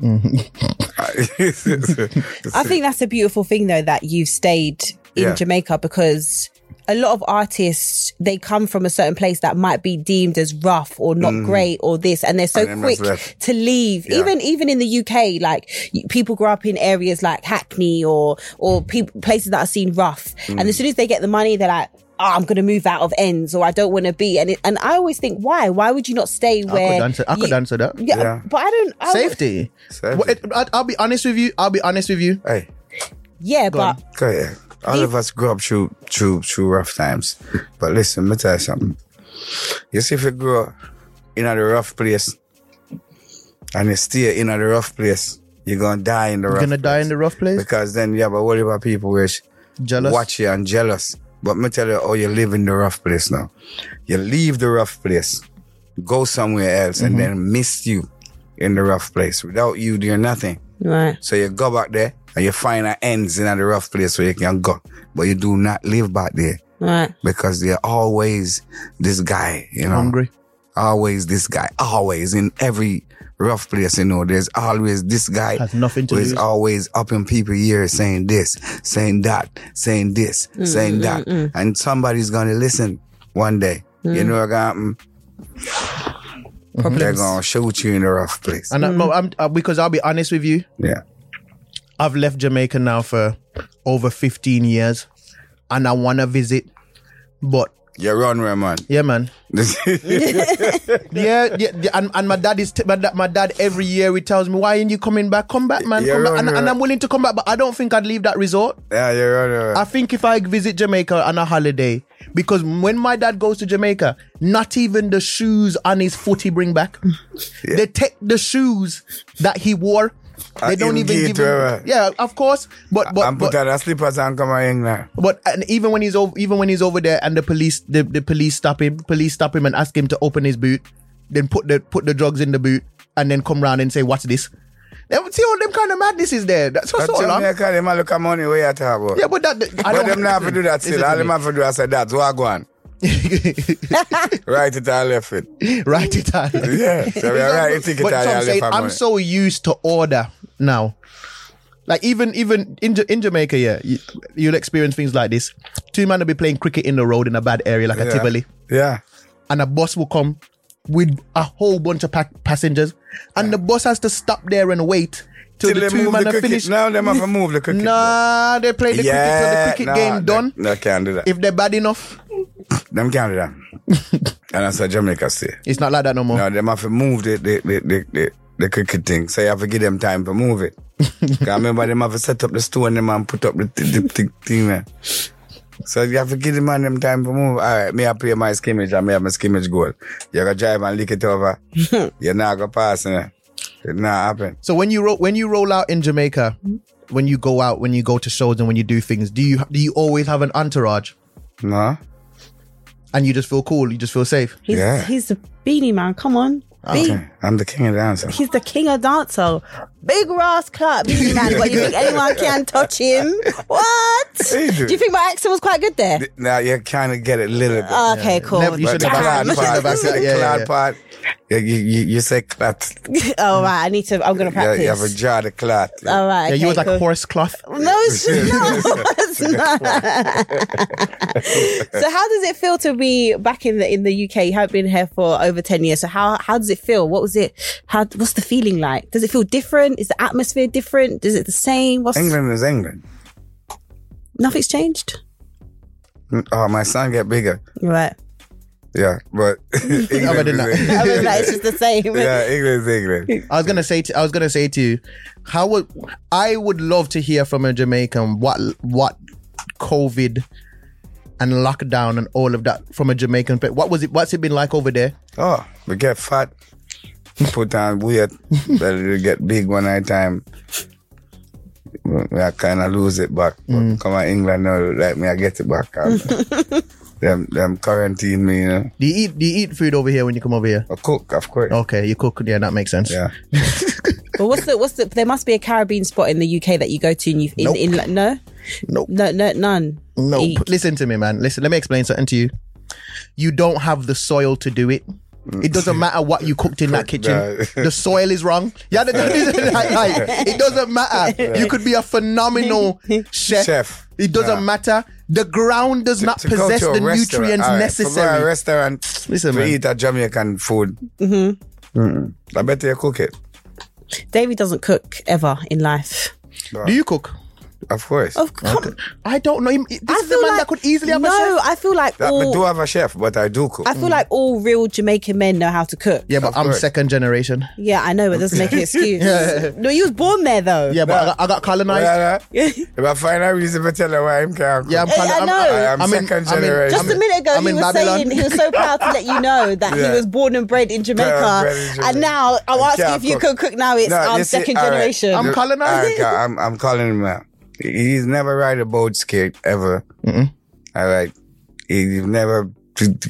Speaker 1: I think that's a beautiful thing though that you've stayed in
Speaker 3: Yeah.
Speaker 1: Jamaica because a lot of artists they come from a certain place that might be deemed as rough or not great or this and they're so
Speaker 3: Mm. And then
Speaker 1: quick
Speaker 3: that's left.
Speaker 1: to leave even even in the UK like y- people grow up in areas like Hackney or or
Speaker 3: Mm.
Speaker 1: peop places that are seen rough and as soon as they get the money they're like Oh, I'm going to move out of ends, or I don't want to be, and it, and I always think, why? Why would you not stay
Speaker 2: I
Speaker 1: where
Speaker 2: could answer. I could
Speaker 1: you-
Speaker 2: answer that.
Speaker 1: Yeah,
Speaker 3: Yeah.
Speaker 1: but I don't. I,
Speaker 2: Safety.
Speaker 3: Safety.
Speaker 2: Well, it- I- I'll be honest with you. I'll be honest with you.
Speaker 3: <laughs> hey,
Speaker 1: Yeah, but
Speaker 3: go ahead. All of us grew up through through through rough times, but listen, let me tell you something. You see, if you grow up in a rough place and you stay in a rough place, you're gonna die in the
Speaker 2: You're
Speaker 3: rough.
Speaker 2: gonna die in the rough place.
Speaker 3: because then you have a whole heap of people which
Speaker 2: Jealous.
Speaker 3: watch you and jealous. But me tell you, oh, you live in the rough place now. You leave the rough place,
Speaker 2: Mm-hmm.
Speaker 3: go somewhere else, and then miss you in the rough place. Without you, you're nothing.
Speaker 1: Right.
Speaker 3: So you go back there and you find an ends in a rough place where you can go. But you do not live back there
Speaker 1: Right.
Speaker 3: because they're always this guy, you know.
Speaker 2: Hungry.
Speaker 3: Always this guy. Always in every rough place, you know, there's always this guy
Speaker 2: Has nothing to
Speaker 3: who is
Speaker 2: lose.
Speaker 3: always up in people's ears saying this, saying that, saying this, saying that. And somebody's gonna listen one day. You know what happened? They're gonna shoot you in a rough place.
Speaker 2: And I-
Speaker 1: Mm.
Speaker 2: no, I'm, uh, because I'll be honest with you,
Speaker 3: Yeah.
Speaker 2: I've left Jamaica now for over 15 years and I want to visit. But
Speaker 3: You run, where, man.
Speaker 2: yeah, man. Yeah, yeah, yeah, and, and my dad is t- my, dad, my dad every year he tells me why ain't you coming back come back man
Speaker 3: Yeah,
Speaker 2: come back.
Speaker 3: right,
Speaker 2: And, and
Speaker 3: right.
Speaker 2: I'm willing to come back but I don't think I'd leave that resort
Speaker 3: Yeah, you run, where, man.
Speaker 2: I think if I visit Jamaica on a holiday, because when my dad goes to Jamaica, not even the shoes on his foot he bring back. They take the shoes that he wore. They
Speaker 3: Uh,
Speaker 2: don't
Speaker 3: in
Speaker 2: even
Speaker 3: gate,
Speaker 2: give him.
Speaker 3: right, right.
Speaker 2: Yeah, of course. But but
Speaker 3: and put
Speaker 2: but,
Speaker 3: on a slippers and come and hang there.
Speaker 2: but and even when he's over even when he's over there and the police the, the police stop him, police stop him and ask him to open his boot, then put the put the drugs in the boot and then come round and say, What's this? Them, see all them kind of madness is there. That's what's
Speaker 3: But
Speaker 2: all
Speaker 3: tell me,
Speaker 2: on.
Speaker 3: I call them a look at money where you talk about.
Speaker 2: Yeah, but that I
Speaker 3: but
Speaker 2: don't
Speaker 3: them not have to do that still.
Speaker 2: Listen to
Speaker 3: All them
Speaker 2: me.
Speaker 3: have to do is say that's what I
Speaker 2: <laughs>
Speaker 3: go on. right it or left it.
Speaker 2: Right it out. <laughs>
Speaker 3: Yeah. So we are right it ticket
Speaker 2: But
Speaker 3: or
Speaker 2: so I'm,
Speaker 3: left
Speaker 2: saying,
Speaker 3: and
Speaker 2: I'm
Speaker 3: money.
Speaker 2: so used to order now. Like even even in Ja- in Jamaica, yeah, you, you'll experience things like this. Two men will be playing cricket in the road in a bad area, like a
Speaker 3: Yeah.
Speaker 2: Tivoli,
Speaker 3: Yeah.
Speaker 2: and a bus will come with a whole bunch of pack passengers, and the bus has to stop there and wait till,
Speaker 3: Till
Speaker 2: the
Speaker 3: they
Speaker 2: two
Speaker 3: move
Speaker 2: men
Speaker 3: the
Speaker 2: are
Speaker 3: cricket.
Speaker 2: finished.
Speaker 3: Now them have to move the cricket.
Speaker 2: nah, they play the
Speaker 3: yeah,
Speaker 2: cricket till the cricket
Speaker 3: nah,
Speaker 2: game done.
Speaker 3: They, they can't do that.
Speaker 2: If they're bad enough,
Speaker 3: them can't
Speaker 2: <laughs>
Speaker 3: do that. and that's what Jamaica say.
Speaker 2: it's not like that no more.
Speaker 3: Now them have to move the the, the, the, the the cricket thing. So you have to give them time to move
Speaker 2: <laughs>
Speaker 3: it. 'Cause I remember them have to set up the stone them and put up the, the, the, the thing man. So you have to give the man them time to move. All right, me I play my scrimmage and me have my scrimmage goal. You gotta drive and lick
Speaker 2: <laughs>
Speaker 3: it over. You're not gonna pass in it. It not happen.
Speaker 2: So when you ro- when you roll out in Jamaica, when you go out, when you go to shows, and when you do things, do you do you always have an entourage,
Speaker 3: No?
Speaker 2: and you just feel cool, you just feel safe?
Speaker 1: He's
Speaker 3: Yeah.
Speaker 1: he's the beanie man. Come on. Be-
Speaker 3: I'm the king of the answer.
Speaker 1: He's the king of dancer. Big Ross Clark, beanie man. What, you think anyone can touch him?
Speaker 3: <laughs>
Speaker 1: What? Do
Speaker 3: Hey, dude.
Speaker 1: you think my accent was quite good there?
Speaker 3: Now you kind of get it a little bit.
Speaker 1: Okay, cool.
Speaker 2: Never- Uh, you
Speaker 3: but
Speaker 2: should
Speaker 3: the
Speaker 2: have
Speaker 3: cloud
Speaker 2: asked. You should
Speaker 3: part,
Speaker 2: have asked that. Yeah, yeah,
Speaker 3: cloud
Speaker 2: yeah.
Speaker 3: part, you, you, you you say clot.
Speaker 1: <laughs> All right, I need to. I'm gonna
Speaker 3: You,
Speaker 1: practice.
Speaker 3: you have a jar of clot.
Speaker 1: All right.
Speaker 2: Yeah,
Speaker 1: okay,
Speaker 2: you was like
Speaker 1: cool.
Speaker 2: horse
Speaker 1: <laughs>
Speaker 2: cloth.
Speaker 1: No, it's
Speaker 2: <laughs>
Speaker 1: not. It's not. so, how does it feel to be back in the in the UK? You have been here for over ten years. So, how how does it feel? What was it? How what's the feeling like? Does it feel different? Is the atmosphere different? Is it the same? What's
Speaker 3: England is England.
Speaker 1: nothing's changed?
Speaker 3: Oh, my son get bigger.
Speaker 1: Right.
Speaker 3: Yeah, but <laughs>
Speaker 2: <laughs>
Speaker 3: England
Speaker 2: but
Speaker 3: is
Speaker 2: not.
Speaker 1: <laughs> I was
Speaker 3: England.
Speaker 1: like, it's just the
Speaker 2: <laughs>
Speaker 1: same.
Speaker 3: yeah, England is England.
Speaker 2: I was gonna say to, I was gonna say to you, how would I would love to hear from a Jamaican what what COVID and lockdown and all of that from a Jamaican. But what was it? What's it been like over there?
Speaker 3: Oh, we get fat, put on weird, but we get big one at a time. We- I kind of lose it back. But
Speaker 2: Mm.
Speaker 3: Come on, England now, like me, I get it back.
Speaker 2: <laughs>
Speaker 3: Um, them, them quarantine me, you know.
Speaker 2: Do you eat Do you eat food over here when you come over here?
Speaker 3: I cook, of course.
Speaker 2: Okay, you cook. Yeah, that makes sense.
Speaker 3: Yeah.
Speaker 1: But what's the what's the? There must be a Caribbean spot in the UK that you go to and you in, in, like no,
Speaker 2: Nope. Mm.
Speaker 1: no, no, none.
Speaker 2: No,
Speaker 1: Eat.
Speaker 2: p- listen to me, man. Listen, let me explain something to you. You don't have the soil to do it. It doesn't matter what you cooked in
Speaker 3: <laughs>
Speaker 2: that kitchen.
Speaker 3: No.
Speaker 2: The soil is wrong. Yeah, the- <laughs> like, like, it doesn't matter. You could be a phenomenal chef.
Speaker 3: Chef.
Speaker 2: It doesn't
Speaker 3: Nah.
Speaker 2: matter. The ground does not
Speaker 3: To go
Speaker 2: possess
Speaker 3: to a
Speaker 2: the
Speaker 3: restaurant,
Speaker 2: nutrients
Speaker 3: all right, To go to a
Speaker 2: necessary.
Speaker 3: restaurant
Speaker 2: Listen,
Speaker 3: to
Speaker 2: man.
Speaker 3: eat a Jamaican food. Mm-hmm. I bet you cook it.
Speaker 1: David doesn't cook ever in life.
Speaker 2: Do you cook?
Speaker 3: Of course.
Speaker 1: Of course.
Speaker 2: I don't know. him. This
Speaker 1: I
Speaker 2: is a
Speaker 1: feel
Speaker 2: man
Speaker 1: like-
Speaker 2: that could easily have
Speaker 1: no,
Speaker 2: a chef.
Speaker 1: I feel like
Speaker 3: That, I
Speaker 1: all,
Speaker 3: do have a chef, but I do cook. Mm.
Speaker 1: I feel like all real Jamaican men know how to cook. Yeah,
Speaker 2: Yeah, but I'm
Speaker 3: course.
Speaker 2: second generation.
Speaker 1: I know, but it doesn't make an excuse. No, you was born there though.
Speaker 2: Yeah, but I, got, I got colonized.
Speaker 3: Well, uh,
Speaker 1: <laughs>
Speaker 3: if I find a reason to tell her why I'm can't
Speaker 2: Yeah, I'm
Speaker 3: cook.
Speaker 1: Hey,
Speaker 2: kind
Speaker 1: I
Speaker 2: of.
Speaker 1: know. I
Speaker 3: am second generation.
Speaker 1: Just
Speaker 3: I'm
Speaker 1: a
Speaker 3: in-
Speaker 1: minute ago,
Speaker 2: I'm
Speaker 1: he
Speaker 2: in
Speaker 1: was
Speaker 2: Babylon.
Speaker 1: saying he was so proud to let you know that
Speaker 3: Yeah.
Speaker 1: he was born and bred in Jamaica,
Speaker 3: Bred in Jamaica.
Speaker 1: and now I'm
Speaker 3: I
Speaker 1: asking
Speaker 3: can't
Speaker 1: if you
Speaker 3: cook.
Speaker 1: can cook. Now it's
Speaker 3: No,
Speaker 1: um,
Speaker 3: you see,
Speaker 1: second
Speaker 3: all right.
Speaker 1: generation.
Speaker 2: I'm
Speaker 3: Look,
Speaker 2: colonizing.
Speaker 3: all right, I'm, I'm calling him out. He's never ride a boat skate ever. All right. He- He's never.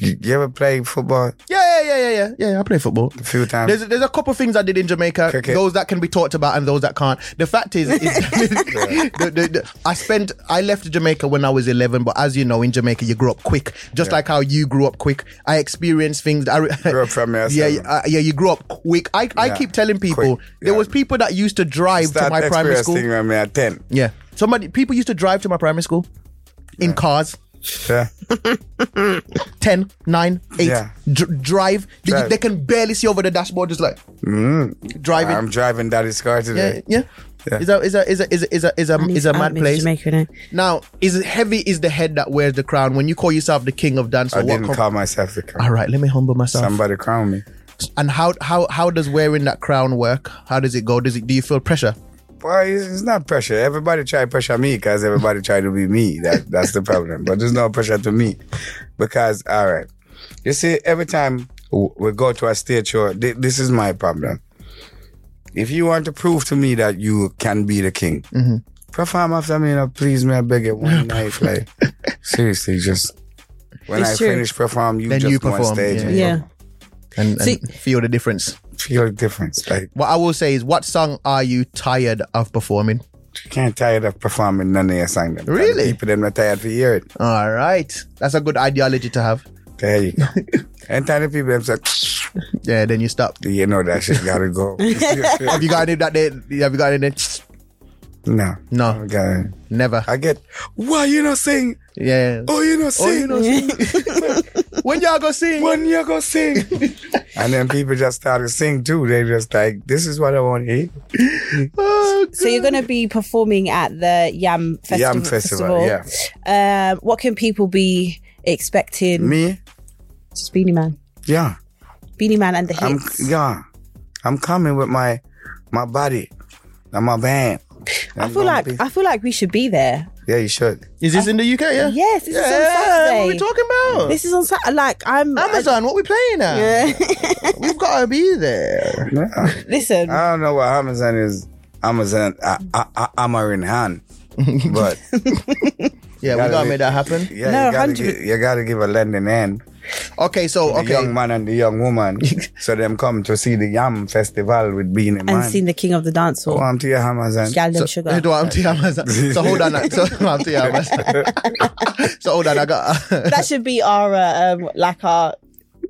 Speaker 3: You ever play football?
Speaker 2: Yeah, yeah, yeah, yeah, yeah, yeah. yeah, I play football.
Speaker 3: A few times.
Speaker 2: There's, there's a couple things I did in Jamaica.
Speaker 3: Cricket.
Speaker 2: Those that can be talked about and those that can't. The fact is, <laughs> is the- the- the- I spent, I left Jamaica when I was 11, but as you know, in Jamaica, you grew up quick. Just like how you grew up quick. I experienced things. that I re-
Speaker 3: Grew up from
Speaker 2: <laughs>
Speaker 3: there,
Speaker 2: Yeah,
Speaker 3: so-
Speaker 2: uh, yeah, you grew up quick. I, I
Speaker 3: Yeah.
Speaker 2: keep telling people,
Speaker 3: Quick,
Speaker 2: there
Speaker 3: yeah.
Speaker 2: was people that used to drive to
Speaker 3: Start
Speaker 2: my primary
Speaker 3: experience
Speaker 2: school.
Speaker 3: thing when me at 10.
Speaker 2: Yeah. Somebody, people used to drive to my primary school in cars.
Speaker 3: Yeah.
Speaker 2: 10, 9, 8.
Speaker 3: Yeah.
Speaker 2: Dr- drive. They,
Speaker 3: Drive. Mm.
Speaker 2: they can barely see over the dashboard, just like driving.
Speaker 3: I'm driving daddy's car
Speaker 2: yeah,
Speaker 3: today.
Speaker 2: yeah.
Speaker 3: Yeah.
Speaker 2: Is a is a is a is a is a is a, is a mad place.
Speaker 1: Jamaica, no?
Speaker 2: Now, is heavy is the head that wears the crown. When you call yourself the king of dance,
Speaker 3: I
Speaker 2: or what?
Speaker 3: didn't
Speaker 2: com-
Speaker 3: call myself the crown.
Speaker 2: All right, let me humble myself.
Speaker 3: Somebody crown me.
Speaker 2: And how how how does wearing that crown work? How does it go? Does it do you feel pressure?
Speaker 3: Well, it's, it's not pressure. Everybody try to pressure me because everybody try to be me. That that's the problem. But there's no pressure to me because all right, you see, every time w- we go to a stage show, thi- this is my problem. If you want to prove to me that you can be the king,
Speaker 2: Mm-hmm.
Speaker 3: perform after me. You know, please, me, I beg you, one
Speaker 2: <laughs>
Speaker 3: night, like seriously, just when
Speaker 1: It's
Speaker 3: I
Speaker 1: true.
Speaker 3: finish perform, you
Speaker 2: Then
Speaker 3: just
Speaker 2: you
Speaker 3: go on
Speaker 2: perform,
Speaker 3: stage
Speaker 2: yeah.
Speaker 3: and
Speaker 1: Yeah.
Speaker 2: And, and
Speaker 1: See-
Speaker 2: feel the difference.
Speaker 3: feel the difference. Like
Speaker 2: What I will say is, what song are you tired of performing?
Speaker 3: you can't tired of performing none of your song. them.
Speaker 2: Really?
Speaker 3: people them not tired for hear it.
Speaker 2: All right, that's a good ideology to have.
Speaker 3: There you go. and tell the people themselves,
Speaker 2: Yeah, then you stop.
Speaker 3: <sniffs> you know that shit gotta go.
Speaker 2: Have you got any that they, Have you got any? that-
Speaker 3: no.
Speaker 2: No.
Speaker 3: Okay.
Speaker 2: Never.
Speaker 3: I get, why you not sing?
Speaker 2: Yeah.
Speaker 3: Oh, you not
Speaker 2: Oh, you
Speaker 3: sing?
Speaker 2: know, when y'all go sing?
Speaker 3: <laughs> When you gonna sing? and then people just start to sing too. They just like, this is what I want to hear.
Speaker 2: Oh,
Speaker 1: So you're going to be performing at the Yam Festival.
Speaker 3: Yam Festival,
Speaker 1: yeah. Um, what can people be expecting?
Speaker 3: Me?
Speaker 1: Just Beanie Man.
Speaker 3: Yeah.
Speaker 1: Beanie Man and the
Speaker 3: I'm
Speaker 1: hits.
Speaker 3: yeah. I'm coming with my my body and my band.
Speaker 1: I feel like I feel like we should be there.
Speaker 3: yeah, you should.
Speaker 2: Is this in the UK? Yeah.
Speaker 1: Yes, this is on
Speaker 2: yeah, What are
Speaker 1: Saturday.
Speaker 2: we talking about?
Speaker 1: This is on Saturday. Like I'm.
Speaker 2: Amazon. what we playing at?
Speaker 1: Yeah.
Speaker 2: <laughs> We've got to be there.
Speaker 3: Yeah.
Speaker 1: <laughs> Listen,
Speaker 3: I don't know what Amazon is. Amazon, I, I, I, I'm in hand, but
Speaker 2: Yeah, we
Speaker 3: Gotta
Speaker 2: gotta
Speaker 3: be-
Speaker 2: make that happen.
Speaker 3: Yeah,
Speaker 1: No,
Speaker 3: you, gotta
Speaker 1: 100
Speaker 3: give, you gotta give a lending hand.
Speaker 2: Okay, so
Speaker 3: The
Speaker 2: okay.
Speaker 3: young man and the young
Speaker 1: <laughs>
Speaker 3: woman. so them come to see the Yam Festival with being a man.
Speaker 1: and seen the King of the Dance
Speaker 3: oh,
Speaker 1: Hall.
Speaker 3: I'm to your Amazon.
Speaker 1: Gal them
Speaker 2: So,
Speaker 1: sugar.
Speaker 2: do I- I'm to Amazon. So hold on.
Speaker 3: <laughs>
Speaker 2: like, So I'm to Amazon. So hold on. I
Speaker 1: <laughs>
Speaker 2: got <laughs>
Speaker 1: That should be our uh, um, like our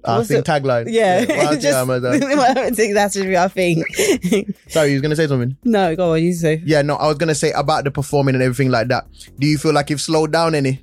Speaker 2: our
Speaker 1: What's
Speaker 2: thing
Speaker 1: it?
Speaker 2: tagline.
Speaker 1: yeah. <laughs>
Speaker 2: well, I'm to Amazon.
Speaker 1: I think that should be our thing.
Speaker 2: uh,
Speaker 1: <laughs>
Speaker 2: Sorry, you was gonna say something.
Speaker 1: no, go on, you say.
Speaker 2: Yeah, no, I was gonna say about the performing and everything like that. Do you feel like you've slowed down any?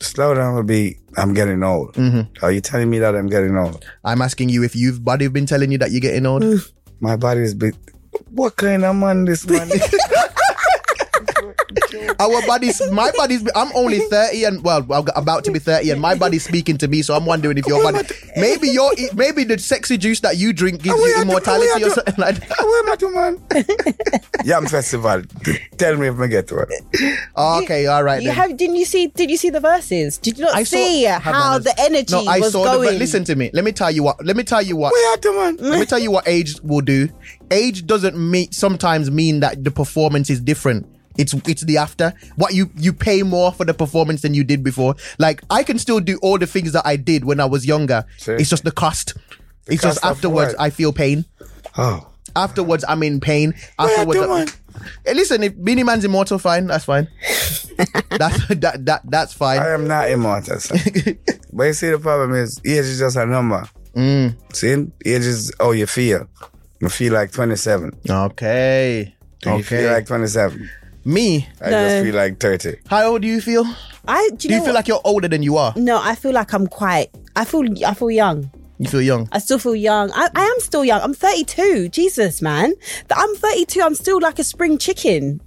Speaker 3: Slow down would be, I'm getting old.
Speaker 1: Mm-hmm.
Speaker 3: Are you telling me that I'm getting old?
Speaker 2: I'm asking you if you've body been telling you that you're getting old.
Speaker 3: My body is big. What kind of man this man
Speaker 1: <laughs>
Speaker 3: is?
Speaker 2: Our bodies, my body's. I'm only thirty, and well, I'm about to be thirty, and my body's speaking to me. So I'm wondering if your body, maybe your, maybe the sexy juice that you drink gives
Speaker 3: Away
Speaker 2: you
Speaker 3: at the-
Speaker 2: immortality
Speaker 3: away
Speaker 2: or
Speaker 3: at the-
Speaker 2: something like that. <laughs>
Speaker 3: Where am I to, man? Yam Festival. Tell me if I get to it.
Speaker 2: Okay, all right.
Speaker 1: You
Speaker 2: then.
Speaker 1: have didn't you see did you see the verses? Did you not
Speaker 2: I saw-
Speaker 1: see
Speaker 2: Have
Speaker 1: how
Speaker 2: manners.
Speaker 1: the energy
Speaker 2: No, I
Speaker 1: was
Speaker 2: saw.
Speaker 1: going?
Speaker 2: The, but listen to me. Let me tell you what. Let me tell you what.
Speaker 3: Where are you, man?
Speaker 1: Mm.
Speaker 2: Let me tell you what age will do. Age doesn't mean sometimes mean that the performance is different. It's it's the after. What you you pay more for the performance than you did before. Like I can still do all the things that I did when I was younger.
Speaker 3: Sure.
Speaker 2: It's just the cost. it's
Speaker 3: cost
Speaker 2: just
Speaker 3: of
Speaker 2: afterwards
Speaker 3: what?
Speaker 2: I feel pain.
Speaker 3: Oh.
Speaker 2: Afterwards I'm in pain. Afterwards,
Speaker 3: come on.
Speaker 2: Hey, listen, if Beanie Man's immortal, fine, that's
Speaker 3: <laughs>
Speaker 2: fine. that's that that that's fine.
Speaker 3: I am not immortal. son. but you see, the problem is age is just a number. See, age is how you feel. You feel like 27.
Speaker 2: Okay.
Speaker 3: You feel like 27.
Speaker 2: me.
Speaker 3: I
Speaker 1: No.
Speaker 3: just feel like 30.
Speaker 2: How old do you feel?
Speaker 1: I do you,
Speaker 2: Do
Speaker 1: know
Speaker 2: you feel
Speaker 1: what?
Speaker 2: like you're older than you are?
Speaker 1: no, I feel like I'm quite. I feel I feel young.
Speaker 2: You feel young.
Speaker 1: I still feel young. I, I am still young. I'm 32. Jesus, man. Th- I'm 32. I'm still like a spring chicken.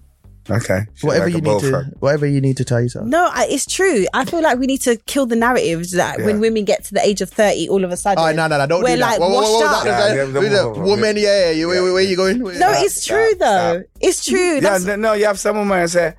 Speaker 3: Okay. Feel
Speaker 2: Whatever
Speaker 3: like a
Speaker 2: you need to,
Speaker 3: bullfrog.
Speaker 2: whatever you need to tell yourself.
Speaker 1: No, I, it's true. I feel like we need to kill the narratives that when women get to the age of 30, all of a sudden.
Speaker 2: Oh no no no! Don't
Speaker 1: we're
Speaker 2: do
Speaker 1: like
Speaker 2: that. Whoa, whoa,
Speaker 1: washed
Speaker 2: whoa,
Speaker 1: up.
Speaker 2: that-
Speaker 3: Yeah,
Speaker 2: that-
Speaker 3: yeah,
Speaker 2: that-
Speaker 3: yeah.
Speaker 2: woman, yeah, yeah, yeah. Where, where, where you going? Where-
Speaker 1: no, it's true though. It's true.
Speaker 3: Yeah,
Speaker 1: That's,
Speaker 3: no, no, you have some woman I say,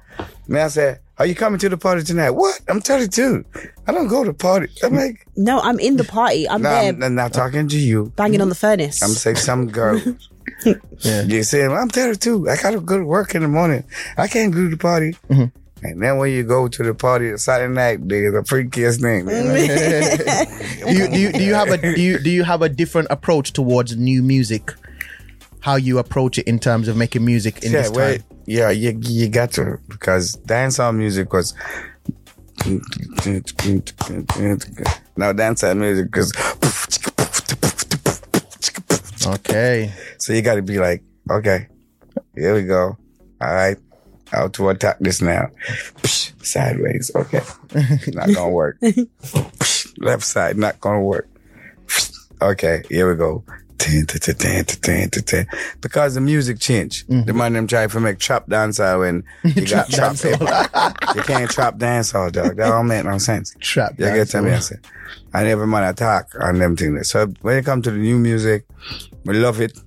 Speaker 3: man, I say, are you coming to the party tonight? What? I'm 32. I don't go to party. I'm like,
Speaker 1: no, I'm in the party. I'm
Speaker 3: no,
Speaker 1: there
Speaker 3: I'm, I'm not talking to you.
Speaker 1: banging on the furnace.
Speaker 3: I'm saying some girl.
Speaker 2: <laughs>
Speaker 3: You say, I'm 32. I gotta go to work in the morning. I can't go to the party.
Speaker 2: Mm-hmm.
Speaker 3: And then when you go to the party on Saturday night, there's a freakiest thing. man.
Speaker 2: do you do you, do you have a do you, do you have a different approach towards new music? How you approach it in terms of making music in this
Speaker 3: yeah,
Speaker 2: time?
Speaker 3: wait. Yeah, you, you got to because dancehall music was. <laughs> Now dancehall music is.
Speaker 2: Okay,
Speaker 3: So you got to be like, okay, here we go. All right, how to attack this now? Psh, sideways, okay, not gonna work. Psh, Left side, not gonna work. Psh, Okay, here we go. Tin, tin, tin, tin, tin, tin, tin, tin. Because the music changed. The man them try to make trap dancehall when you got trap people. you can't trap dancehall, dog. That don't make no sense.
Speaker 2: Trap
Speaker 3: You get what
Speaker 2: dancehall.
Speaker 3: I'm saying? And every man attack and them things. So when it come to the new music, we love it.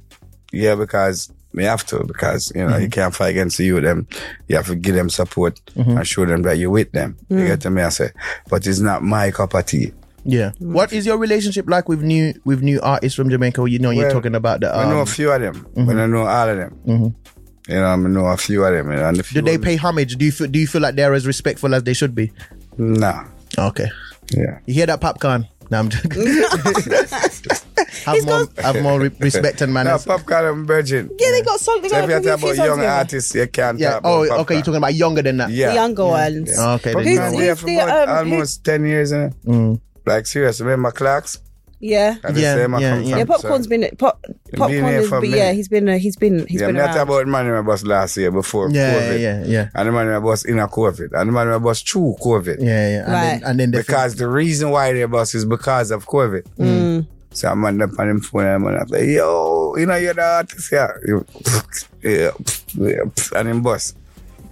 Speaker 3: Yeah, because we have to, because you know, you
Speaker 2: Mm-hmm.
Speaker 3: can't fight against the youth them. You have to give them support and show them that you're with them.
Speaker 2: Mm.
Speaker 3: You get what I say? But it's not my cup of tea.
Speaker 2: yeah. What is your relationship like with new with new artists from Jamaica? You know, you're
Speaker 3: Well,
Speaker 2: talking about the.
Speaker 3: I know
Speaker 2: Um,
Speaker 3: a
Speaker 2: Mm-hmm.
Speaker 3: few of them, but I know all of them. You know, I know a few of them. you know, And if
Speaker 2: do they pay homage? Do you feel, do you feel like they're as respectful as they should be?
Speaker 3: Nah.
Speaker 2: Okay,
Speaker 3: Yeah.
Speaker 2: you hear that popcorn? No, I'm
Speaker 1: <laughs>
Speaker 2: joking. <laughs> have more have more re- respect and
Speaker 3: No,
Speaker 2: manners.
Speaker 3: popcorn and virgin.
Speaker 1: yeah, they got songs. They
Speaker 3: So
Speaker 1: got
Speaker 3: if you're
Speaker 1: a
Speaker 3: talking
Speaker 1: few
Speaker 3: about
Speaker 1: songs
Speaker 3: young
Speaker 1: together.
Speaker 3: artists, you can't
Speaker 2: Yeah.
Speaker 3: talk about
Speaker 2: Oh,
Speaker 3: popcorn.
Speaker 2: okay. You're talking about younger than that.
Speaker 1: The
Speaker 3: yeah.
Speaker 1: younger ones.
Speaker 2: Okay.
Speaker 3: But
Speaker 2: then
Speaker 1: Who's-
Speaker 2: no
Speaker 3: now
Speaker 2: worries.
Speaker 3: we
Speaker 1: who's
Speaker 3: are for
Speaker 1: the,
Speaker 3: about
Speaker 1: um, who-
Speaker 3: almost 10 years in it. Like, serious, remember Clark's?
Speaker 1: Yeah.
Speaker 3: And the
Speaker 2: Mm. Yeah,
Speaker 3: same I
Speaker 2: yeah,
Speaker 3: come
Speaker 2: yeah.
Speaker 3: from,
Speaker 1: Yeah, popcorn's
Speaker 3: so-
Speaker 1: been pop, popcorn
Speaker 3: here
Speaker 1: is,
Speaker 3: for a
Speaker 1: but yeah,
Speaker 3: minute.
Speaker 1: he's been uh, he's been he's
Speaker 3: Yeah,
Speaker 1: been
Speaker 3: I'm not
Speaker 1: around.
Speaker 3: about man in my bus last year before
Speaker 2: Yeah, yeah,
Speaker 3: COVID.
Speaker 2: yeah, yeah,
Speaker 3: And the man in my bus in a COVID. And the man in my bus through COVID.
Speaker 2: yeah, yeah. And then,
Speaker 1: Right.
Speaker 2: and then they
Speaker 3: Because the reason why they bus is because of COVID.
Speaker 1: Mm.
Speaker 3: So I'm on up on them phone and I'm like, yo, you know, you're the artist, yeah. You- <laughs> yeah, yeah, and him bus.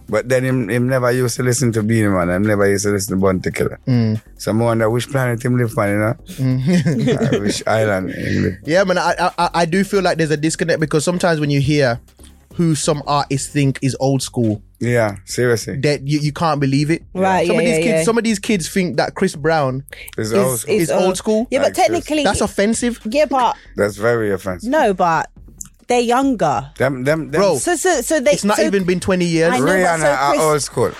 Speaker 3: But then him, him never used to listen to Beanie Man. Him never used to listen to Bunty Killer. So I wonder which planet him live on, you know? Uh, <laughs> which island him live
Speaker 2: Yeah, man, I, I- I I do feel like there's a disconnect because sometimes when you hear who some artists think is old school,
Speaker 3: Yeah, seriously.
Speaker 2: that you, you can't believe it.
Speaker 1: Right,
Speaker 2: Some of
Speaker 1: yeah,
Speaker 2: these
Speaker 1: yeah,
Speaker 2: kids,
Speaker 1: yeah.
Speaker 2: some of these kids think that Chris Brown
Speaker 3: It's
Speaker 1: Is-
Speaker 3: old school.
Speaker 2: is old school.
Speaker 1: Yeah, but
Speaker 3: Like, seriously.
Speaker 1: technically,
Speaker 2: that's offensive.
Speaker 1: yeah, but
Speaker 3: That's very offensive.
Speaker 1: no, but they're younger.
Speaker 3: Them, them, them
Speaker 2: Bro,
Speaker 1: So so so they.
Speaker 2: It's not
Speaker 1: so-
Speaker 2: even been 20 years.
Speaker 1: I know, but
Speaker 3: Rihanna
Speaker 1: so
Speaker 3: are
Speaker 1: Chris-
Speaker 3: old school.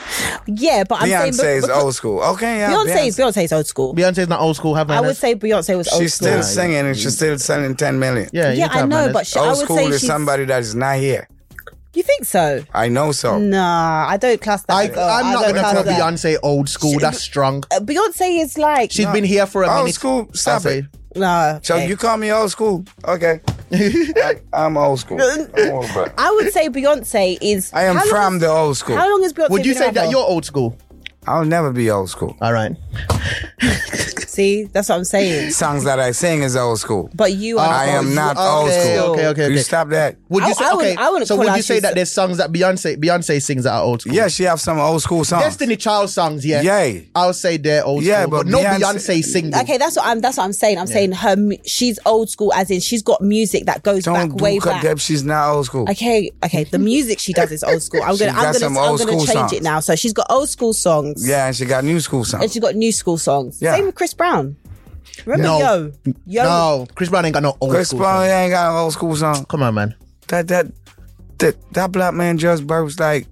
Speaker 1: Yeah, but I'm saying
Speaker 3: Beyonce
Speaker 1: be-
Speaker 3: is
Speaker 1: because-
Speaker 3: old school. Okay, yeah.
Speaker 1: Beyonce is Beyonce's old school.
Speaker 2: Beyonce's not old school. Have
Speaker 1: I
Speaker 2: manners.
Speaker 1: would say Beyonce was old
Speaker 3: She's
Speaker 1: school.
Speaker 3: still singing and she's still selling 10 million.
Speaker 2: yeah, you
Speaker 1: yeah,
Speaker 2: need to
Speaker 1: I
Speaker 2: have
Speaker 1: know,
Speaker 2: manners.
Speaker 1: but she, I
Speaker 3: Old
Speaker 1: would
Speaker 3: school
Speaker 1: say
Speaker 3: is
Speaker 1: she's.
Speaker 3: somebody that is not here.
Speaker 1: You think so?
Speaker 3: I know so.
Speaker 1: Nah, I don't class that.
Speaker 2: I,
Speaker 1: though. I
Speaker 2: I'm not
Speaker 1: don't
Speaker 2: gonna
Speaker 1: class
Speaker 2: call
Speaker 1: that.
Speaker 2: Beyonce old school. that's strong.
Speaker 1: Uh, Beyonce is like
Speaker 2: She's been here for a
Speaker 3: Old
Speaker 2: minute.
Speaker 3: school,
Speaker 2: I'll
Speaker 3: stop
Speaker 2: say.
Speaker 3: it.
Speaker 1: nah.
Speaker 3: So
Speaker 1: okay.
Speaker 3: you call me old school?
Speaker 1: <laughs>
Speaker 3: Okay. I, am old school. I'm old, bro.
Speaker 1: I would say Beyonce is.
Speaker 3: I am
Speaker 1: how long
Speaker 3: from
Speaker 1: has-
Speaker 3: the old school.
Speaker 1: How long has Beyonce
Speaker 2: Would you
Speaker 1: been
Speaker 2: say
Speaker 1: around
Speaker 2: that
Speaker 1: for?
Speaker 2: you're old school?
Speaker 3: I'll never be old school.
Speaker 2: All right.
Speaker 1: See, that's what I'm saying.
Speaker 3: Songs that I sing is old school.
Speaker 1: But Uh, oh, you are.
Speaker 3: I
Speaker 1: old
Speaker 3: am not
Speaker 1: school.
Speaker 3: old
Speaker 2: Okay,
Speaker 3: school.
Speaker 2: okay, okay, okay.
Speaker 3: You stop that.
Speaker 2: Would you
Speaker 1: I-
Speaker 2: say
Speaker 1: I
Speaker 2: okay?
Speaker 1: wouldn't- I wouldn't
Speaker 2: so
Speaker 1: call
Speaker 2: would
Speaker 1: her
Speaker 2: you say
Speaker 1: she's-
Speaker 2: that there's songs that Beyonce Beyonce sings that are old school?
Speaker 3: Yeah, she have some old school songs.
Speaker 2: Destiny Child songs, yeah.
Speaker 3: Yay.
Speaker 2: I'll say they're old
Speaker 3: Yeah,
Speaker 2: school, but,
Speaker 3: but
Speaker 2: no Beyonce,
Speaker 3: Beyonce-
Speaker 2: singing.
Speaker 1: Okay, that's what I'm. That's what I'm saying. I'm saying her. mu- She's old school, as in she's got music that goes
Speaker 3: Don't
Speaker 1: back
Speaker 3: do
Speaker 1: way
Speaker 3: cut
Speaker 1: back.
Speaker 3: that. She's not old school.
Speaker 1: Okay, okay. The music she does is old school. I'm
Speaker 3: <laughs> She
Speaker 1: gonna,
Speaker 3: got
Speaker 1: I'm
Speaker 3: some
Speaker 1: gonna, I'm
Speaker 3: old
Speaker 1: gonna
Speaker 3: school
Speaker 1: change it
Speaker 3: songs.
Speaker 1: now. So she's got old school songs,
Speaker 3: Yeah, and she got new school
Speaker 1: and
Speaker 3: songs.
Speaker 1: she's got new school songs.
Speaker 3: Yeah.
Speaker 1: Same with Chris Brown. Remember
Speaker 2: No.
Speaker 1: yo, yo.
Speaker 2: No, Chris Brown ain't got no old
Speaker 3: Chris
Speaker 2: school.
Speaker 3: Brown
Speaker 2: songs.
Speaker 3: ain't got an old school song.
Speaker 2: Come on, man.
Speaker 1: <laughs>
Speaker 3: That that that that black man just burst like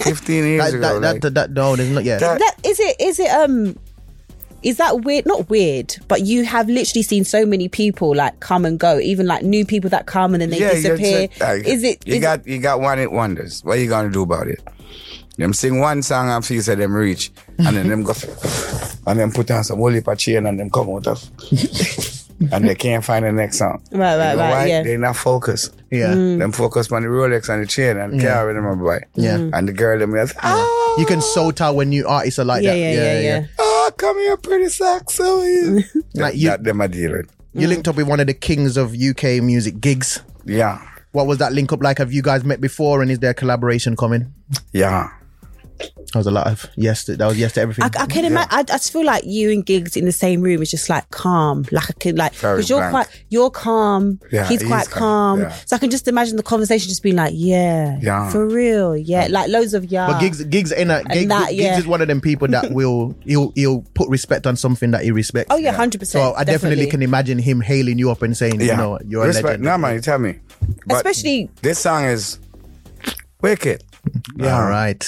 Speaker 3: 15 years
Speaker 2: That, that,
Speaker 3: ago.
Speaker 2: that,
Speaker 3: like,
Speaker 2: that, that, no, there's not yet.
Speaker 3: That-
Speaker 1: That is it. Is it um. Is that weird? Not weird, but you have literally seen so many people like come and go, even like new people that come and then they
Speaker 3: you're
Speaker 1: disappear.
Speaker 3: just- like,
Speaker 1: is it?
Speaker 3: You
Speaker 1: is-
Speaker 3: got you got one hit wonders. What you gonna do about it? Them sing one song after you say them reach, and then them go, <laughs> and then put on some whole heap of chain and them come out of, <laughs> and they can't find the next song.
Speaker 1: Right, right,
Speaker 3: you know
Speaker 1: right,
Speaker 3: why?
Speaker 1: yeah.
Speaker 3: They not focused.
Speaker 2: Yeah.
Speaker 1: Mm.
Speaker 3: Them focus on the Rolex and the chain and carry them away.
Speaker 2: Yeah.
Speaker 1: Mm.
Speaker 3: and the girl them just, ah,
Speaker 2: You can so tell when new artists are like
Speaker 1: yeah,
Speaker 2: that.
Speaker 1: yeah, yeah, yeah,
Speaker 3: ah, come here, pretty socks. So you.
Speaker 2: <laughs> Like
Speaker 3: that,
Speaker 2: you-
Speaker 3: that them are dealing.
Speaker 2: You
Speaker 1: Mm.
Speaker 2: linked up with one of the kings of UK music gigs.
Speaker 3: Yeah,
Speaker 2: What was that link up like? Have you guys met before and is there a collaboration coming?
Speaker 3: yeah.
Speaker 2: That was a lot of yes. to- That was yes to everything.
Speaker 1: I, I can imagine. I, I just feel like you and gigs in the same room is just like calm. Like I can like
Speaker 3: Very
Speaker 1: because you're
Speaker 3: blank.
Speaker 1: quite you're calm.
Speaker 3: Yeah,
Speaker 1: he's
Speaker 3: he
Speaker 1: quite
Speaker 3: is
Speaker 1: calm.
Speaker 3: calm, yeah.
Speaker 1: So I can just imagine the conversation just being like, yeah,
Speaker 3: Yeah.
Speaker 1: for real, yeah, like loads of yeah.
Speaker 2: but gigs, gigs in a gig,
Speaker 1: that, yeah.
Speaker 2: gigs is one of them people
Speaker 1: <laughs>
Speaker 2: that will he'll he'll put respect on something that he respects.
Speaker 1: Oh yeah, hundred percent.
Speaker 2: So I definitely, can imagine him hailing you up and saying,
Speaker 3: Yeah.
Speaker 2: you know, what, you're
Speaker 3: Respect.
Speaker 2: a legend.
Speaker 3: Nah, man, you tell me. But
Speaker 1: Especially-
Speaker 3: this song is wicked,
Speaker 2: yeah, all right.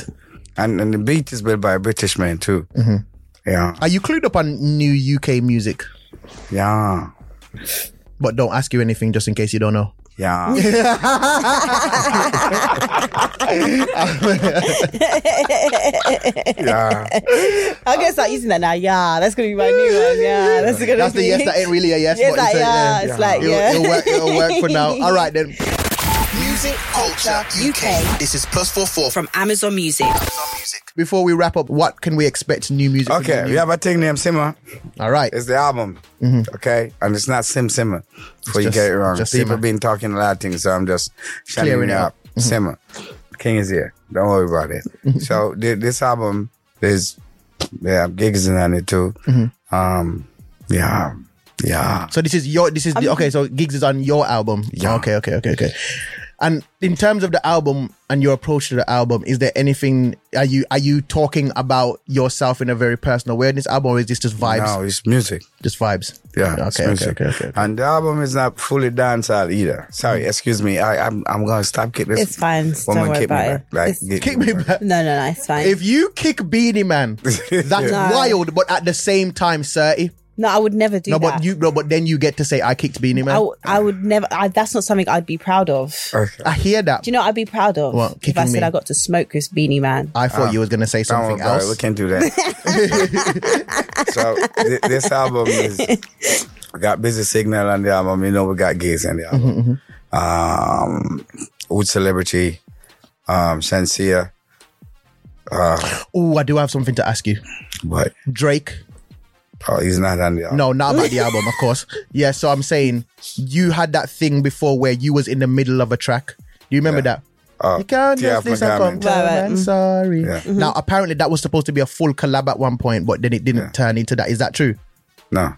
Speaker 3: and and the beat is built by a British man too.
Speaker 2: Mm-hmm.
Speaker 3: Yeah,
Speaker 2: Are you clued up on new UK music?
Speaker 3: yeah,
Speaker 2: But don't ask you anything just in case you don't know. <laughs>
Speaker 3: yeah. <laughs>
Speaker 1: I guess start using that now. Yeah, that's gonna be my new one. Yeah, that's gonna
Speaker 2: That's
Speaker 1: be.
Speaker 2: the yes that ain't really a yes.
Speaker 1: Yes,
Speaker 2: but
Speaker 1: like,
Speaker 2: it's a-
Speaker 1: yeah, it's like,
Speaker 2: It'll-
Speaker 1: yeah.
Speaker 2: it'll work. It'll work for now. All right then.
Speaker 4: Music Culture UK. This is plus four four
Speaker 1: from Amazon Music.
Speaker 2: Before we wrap up, what can we expect new music? from
Speaker 3: okay,
Speaker 2: you?
Speaker 3: we have a thing named Simmer.
Speaker 2: All right.
Speaker 3: It's the album, okay, and it's not Sim Simmer. Before you
Speaker 2: Mm-hmm. just-
Speaker 3: get it wrong,
Speaker 2: just
Speaker 3: people
Speaker 2: Simmer.
Speaker 3: been talking a lot of things, so I'm just
Speaker 2: Clearing
Speaker 3: clearing
Speaker 2: it
Speaker 3: it up. Simmer, King is here. Don't worry about
Speaker 2: Mm-hmm.
Speaker 3: it. so thi- this album is yeah, gigs in on it too.
Speaker 2: Mm-hmm.
Speaker 3: Um, yeah, yeah.
Speaker 2: So this is your this is the, okay. So gigs is on your album.
Speaker 3: Yeah.
Speaker 2: Okay. Okay. Okay. Okay. And in terms of the album and your approach to the album, is there anything? Are you are you talking about yourself in a very personal way in this album, or is this just vibes?
Speaker 3: No, it's music.
Speaker 2: Just vibes.
Speaker 3: Yeah. it's
Speaker 2: Okay. Okay.
Speaker 3: music.
Speaker 2: Okay. Okay. Mm-hmm.
Speaker 3: And the album is not fully dancehall either. Sorry, excuse me. I, I'm I'm gonna stop kicking this.
Speaker 1: It's fine. Don't
Speaker 3: Woman
Speaker 1: worry
Speaker 3: kick me
Speaker 1: about it.
Speaker 3: back. Like,
Speaker 1: It's-
Speaker 3: get-
Speaker 2: Kick me back.
Speaker 1: No, no, no, it's fine.
Speaker 2: If you kick Beanie
Speaker 3: <laughs>
Speaker 2: Man, that's wild. But at the same time, Surty.
Speaker 1: no, I would never do
Speaker 2: No,
Speaker 1: that.
Speaker 2: but you. No, but then you get to say I kicked Beanie
Speaker 1: I,
Speaker 2: Man.
Speaker 1: w- I would never. I, that's not something I'd be proud of.
Speaker 2: I, hear that.
Speaker 1: Do you know what I'd be proud of?
Speaker 2: What,
Speaker 1: if I
Speaker 2: kicking
Speaker 1: said
Speaker 2: me?
Speaker 1: I got to smoke with Beanie Man.
Speaker 2: I thought you was gonna say
Speaker 3: Ah. Don't
Speaker 2: something
Speaker 3: worry about it,
Speaker 2: else.
Speaker 3: Oh, We can't
Speaker 2: <laughs>
Speaker 3: do that. so thi- this album is we got busy signal on the album. You know we got gays on the album. Um, Wood celebrity, um, Shansia,
Speaker 2: Oh, I do have something to ask you.
Speaker 3: but
Speaker 2: Drake.
Speaker 3: oh, he's not on the album.
Speaker 2: No, not about the album, of course. Yeah, so I'm saying you had that thing before where you was in the middle of a track. Do you remember that?
Speaker 3: Oh,
Speaker 2: you can't just
Speaker 3: Tear of my
Speaker 2: listen from
Speaker 3: Garment.
Speaker 2: time, I'm sorry.
Speaker 3: Yeah.
Speaker 2: Now, apparently that was supposed to be a full collab at one point, but then it didn't turn into that. Is that true?
Speaker 3: no,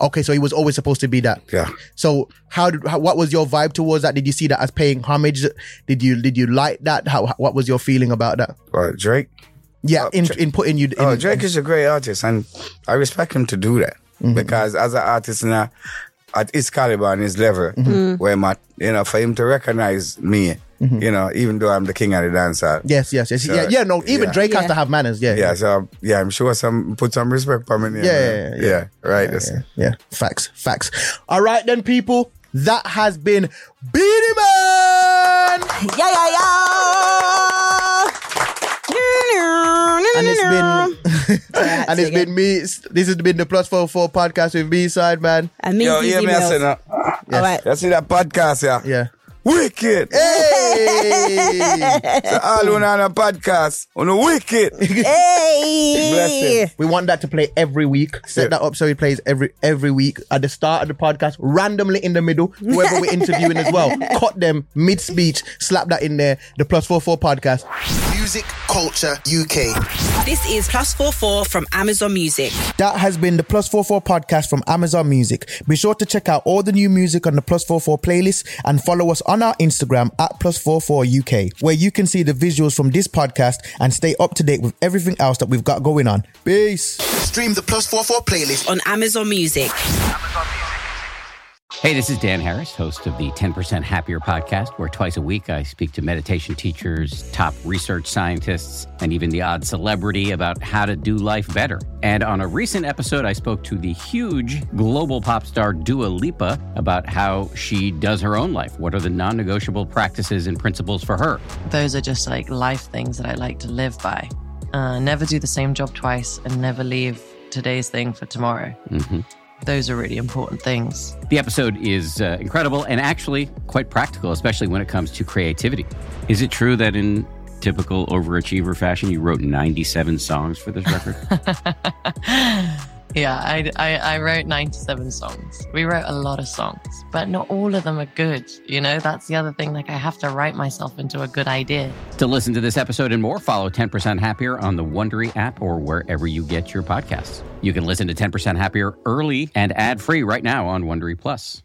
Speaker 2: Okay, so he was always supposed to be that.
Speaker 3: yeah.
Speaker 2: So how did how, what was your vibe towards that? Did you see that as paying homage? Did you did you like that? How what was your feeling about that?
Speaker 3: Uh, Drake.
Speaker 2: Yeah, in in putting you. In,
Speaker 3: Uh, Oh, Drake is a great artist, and I respect him to do that because as an artist now, at his caliber and his level, where my you know for him to recognize me, you know, even though I'm the king of the dancer,
Speaker 2: Yes, yes, yes. yeah, yeah. No, even
Speaker 3: yeah.
Speaker 2: Drake has to have manners. Yeah,
Speaker 3: yeah. So yeah, I'm sure some put some respect on me.
Speaker 2: Yeah, yeah, yeah.
Speaker 3: right. that's-
Speaker 2: Yeah, facts, facts. All right, then, people. That has been Beanie Man,
Speaker 1: Yeah, yeah, yeah.
Speaker 2: and it's <laughs> been and it's been me. This has been the Plus Four Four podcast with B Side Man.
Speaker 1: and me.
Speaker 3: Yo,
Speaker 1: these
Speaker 3: yeah, me I
Speaker 1: emails.
Speaker 3: say now.
Speaker 1: All right.
Speaker 3: You see that podcast, yeah?
Speaker 2: Yeah.
Speaker 3: Wicked.
Speaker 2: Hey,
Speaker 3: So all who not on a podcast on a
Speaker 2: <laughs>
Speaker 3: wicked.
Speaker 1: Hey.
Speaker 3: Blessings.
Speaker 2: we want that to play every week. Set
Speaker 3: Yeah.
Speaker 2: that up so it plays every every week at the start of the podcast, randomly in the middle, whoever we're interviewing as well. Cut them mid speech, slap that in there. The Plus Four Four podcast.
Speaker 4: Music Culture UK.
Speaker 7: This is Plus 44 from Amazon Music.
Speaker 2: That has been the Plus 44 podcast from Amazon Music. Be sure to check out all the new music on the Plus 44 playlist and follow us on our Instagram at Plus 44 UK, where you can see the visuals from this podcast and stay up to date with everything else that we've got going on. Peace.
Speaker 4: Stream the plus four four playlist
Speaker 7: On Amazon Music.
Speaker 6: Hey, this is Dan Harris, host of the 10% Happier podcast, where twice a week I speak to meditation teachers, top research scientists, and even the odd celebrity about how to do life better. And on a recent episode, I spoke to the huge global pop star Dua Lipa about how she does her own life. What are the non negotiable practices and principles for her?
Speaker 8: Those are just like life things that I like to live by. Uh, never do the same job twice and never leave today's thing for tomorrow.
Speaker 6: Mm-hmm.
Speaker 8: Those are really important things.
Speaker 6: The episode is uh, incredible and actually quite practical, especially when it comes to creativity. Is it true that in typical overachiever fashion, you wrote 97 songs for this record?
Speaker 8: Yeah, I, I, I wrote 97 songs. We wrote a lot of songs, but not all of them are good. You know, that's the other thing. Like, I have to write myself into a good idea.
Speaker 6: to listen to this episode and more, follow 10% Happier on the Wondery app or wherever you get your podcasts. You can listen to 10% Happier early and ad free right now on Wondery Plus.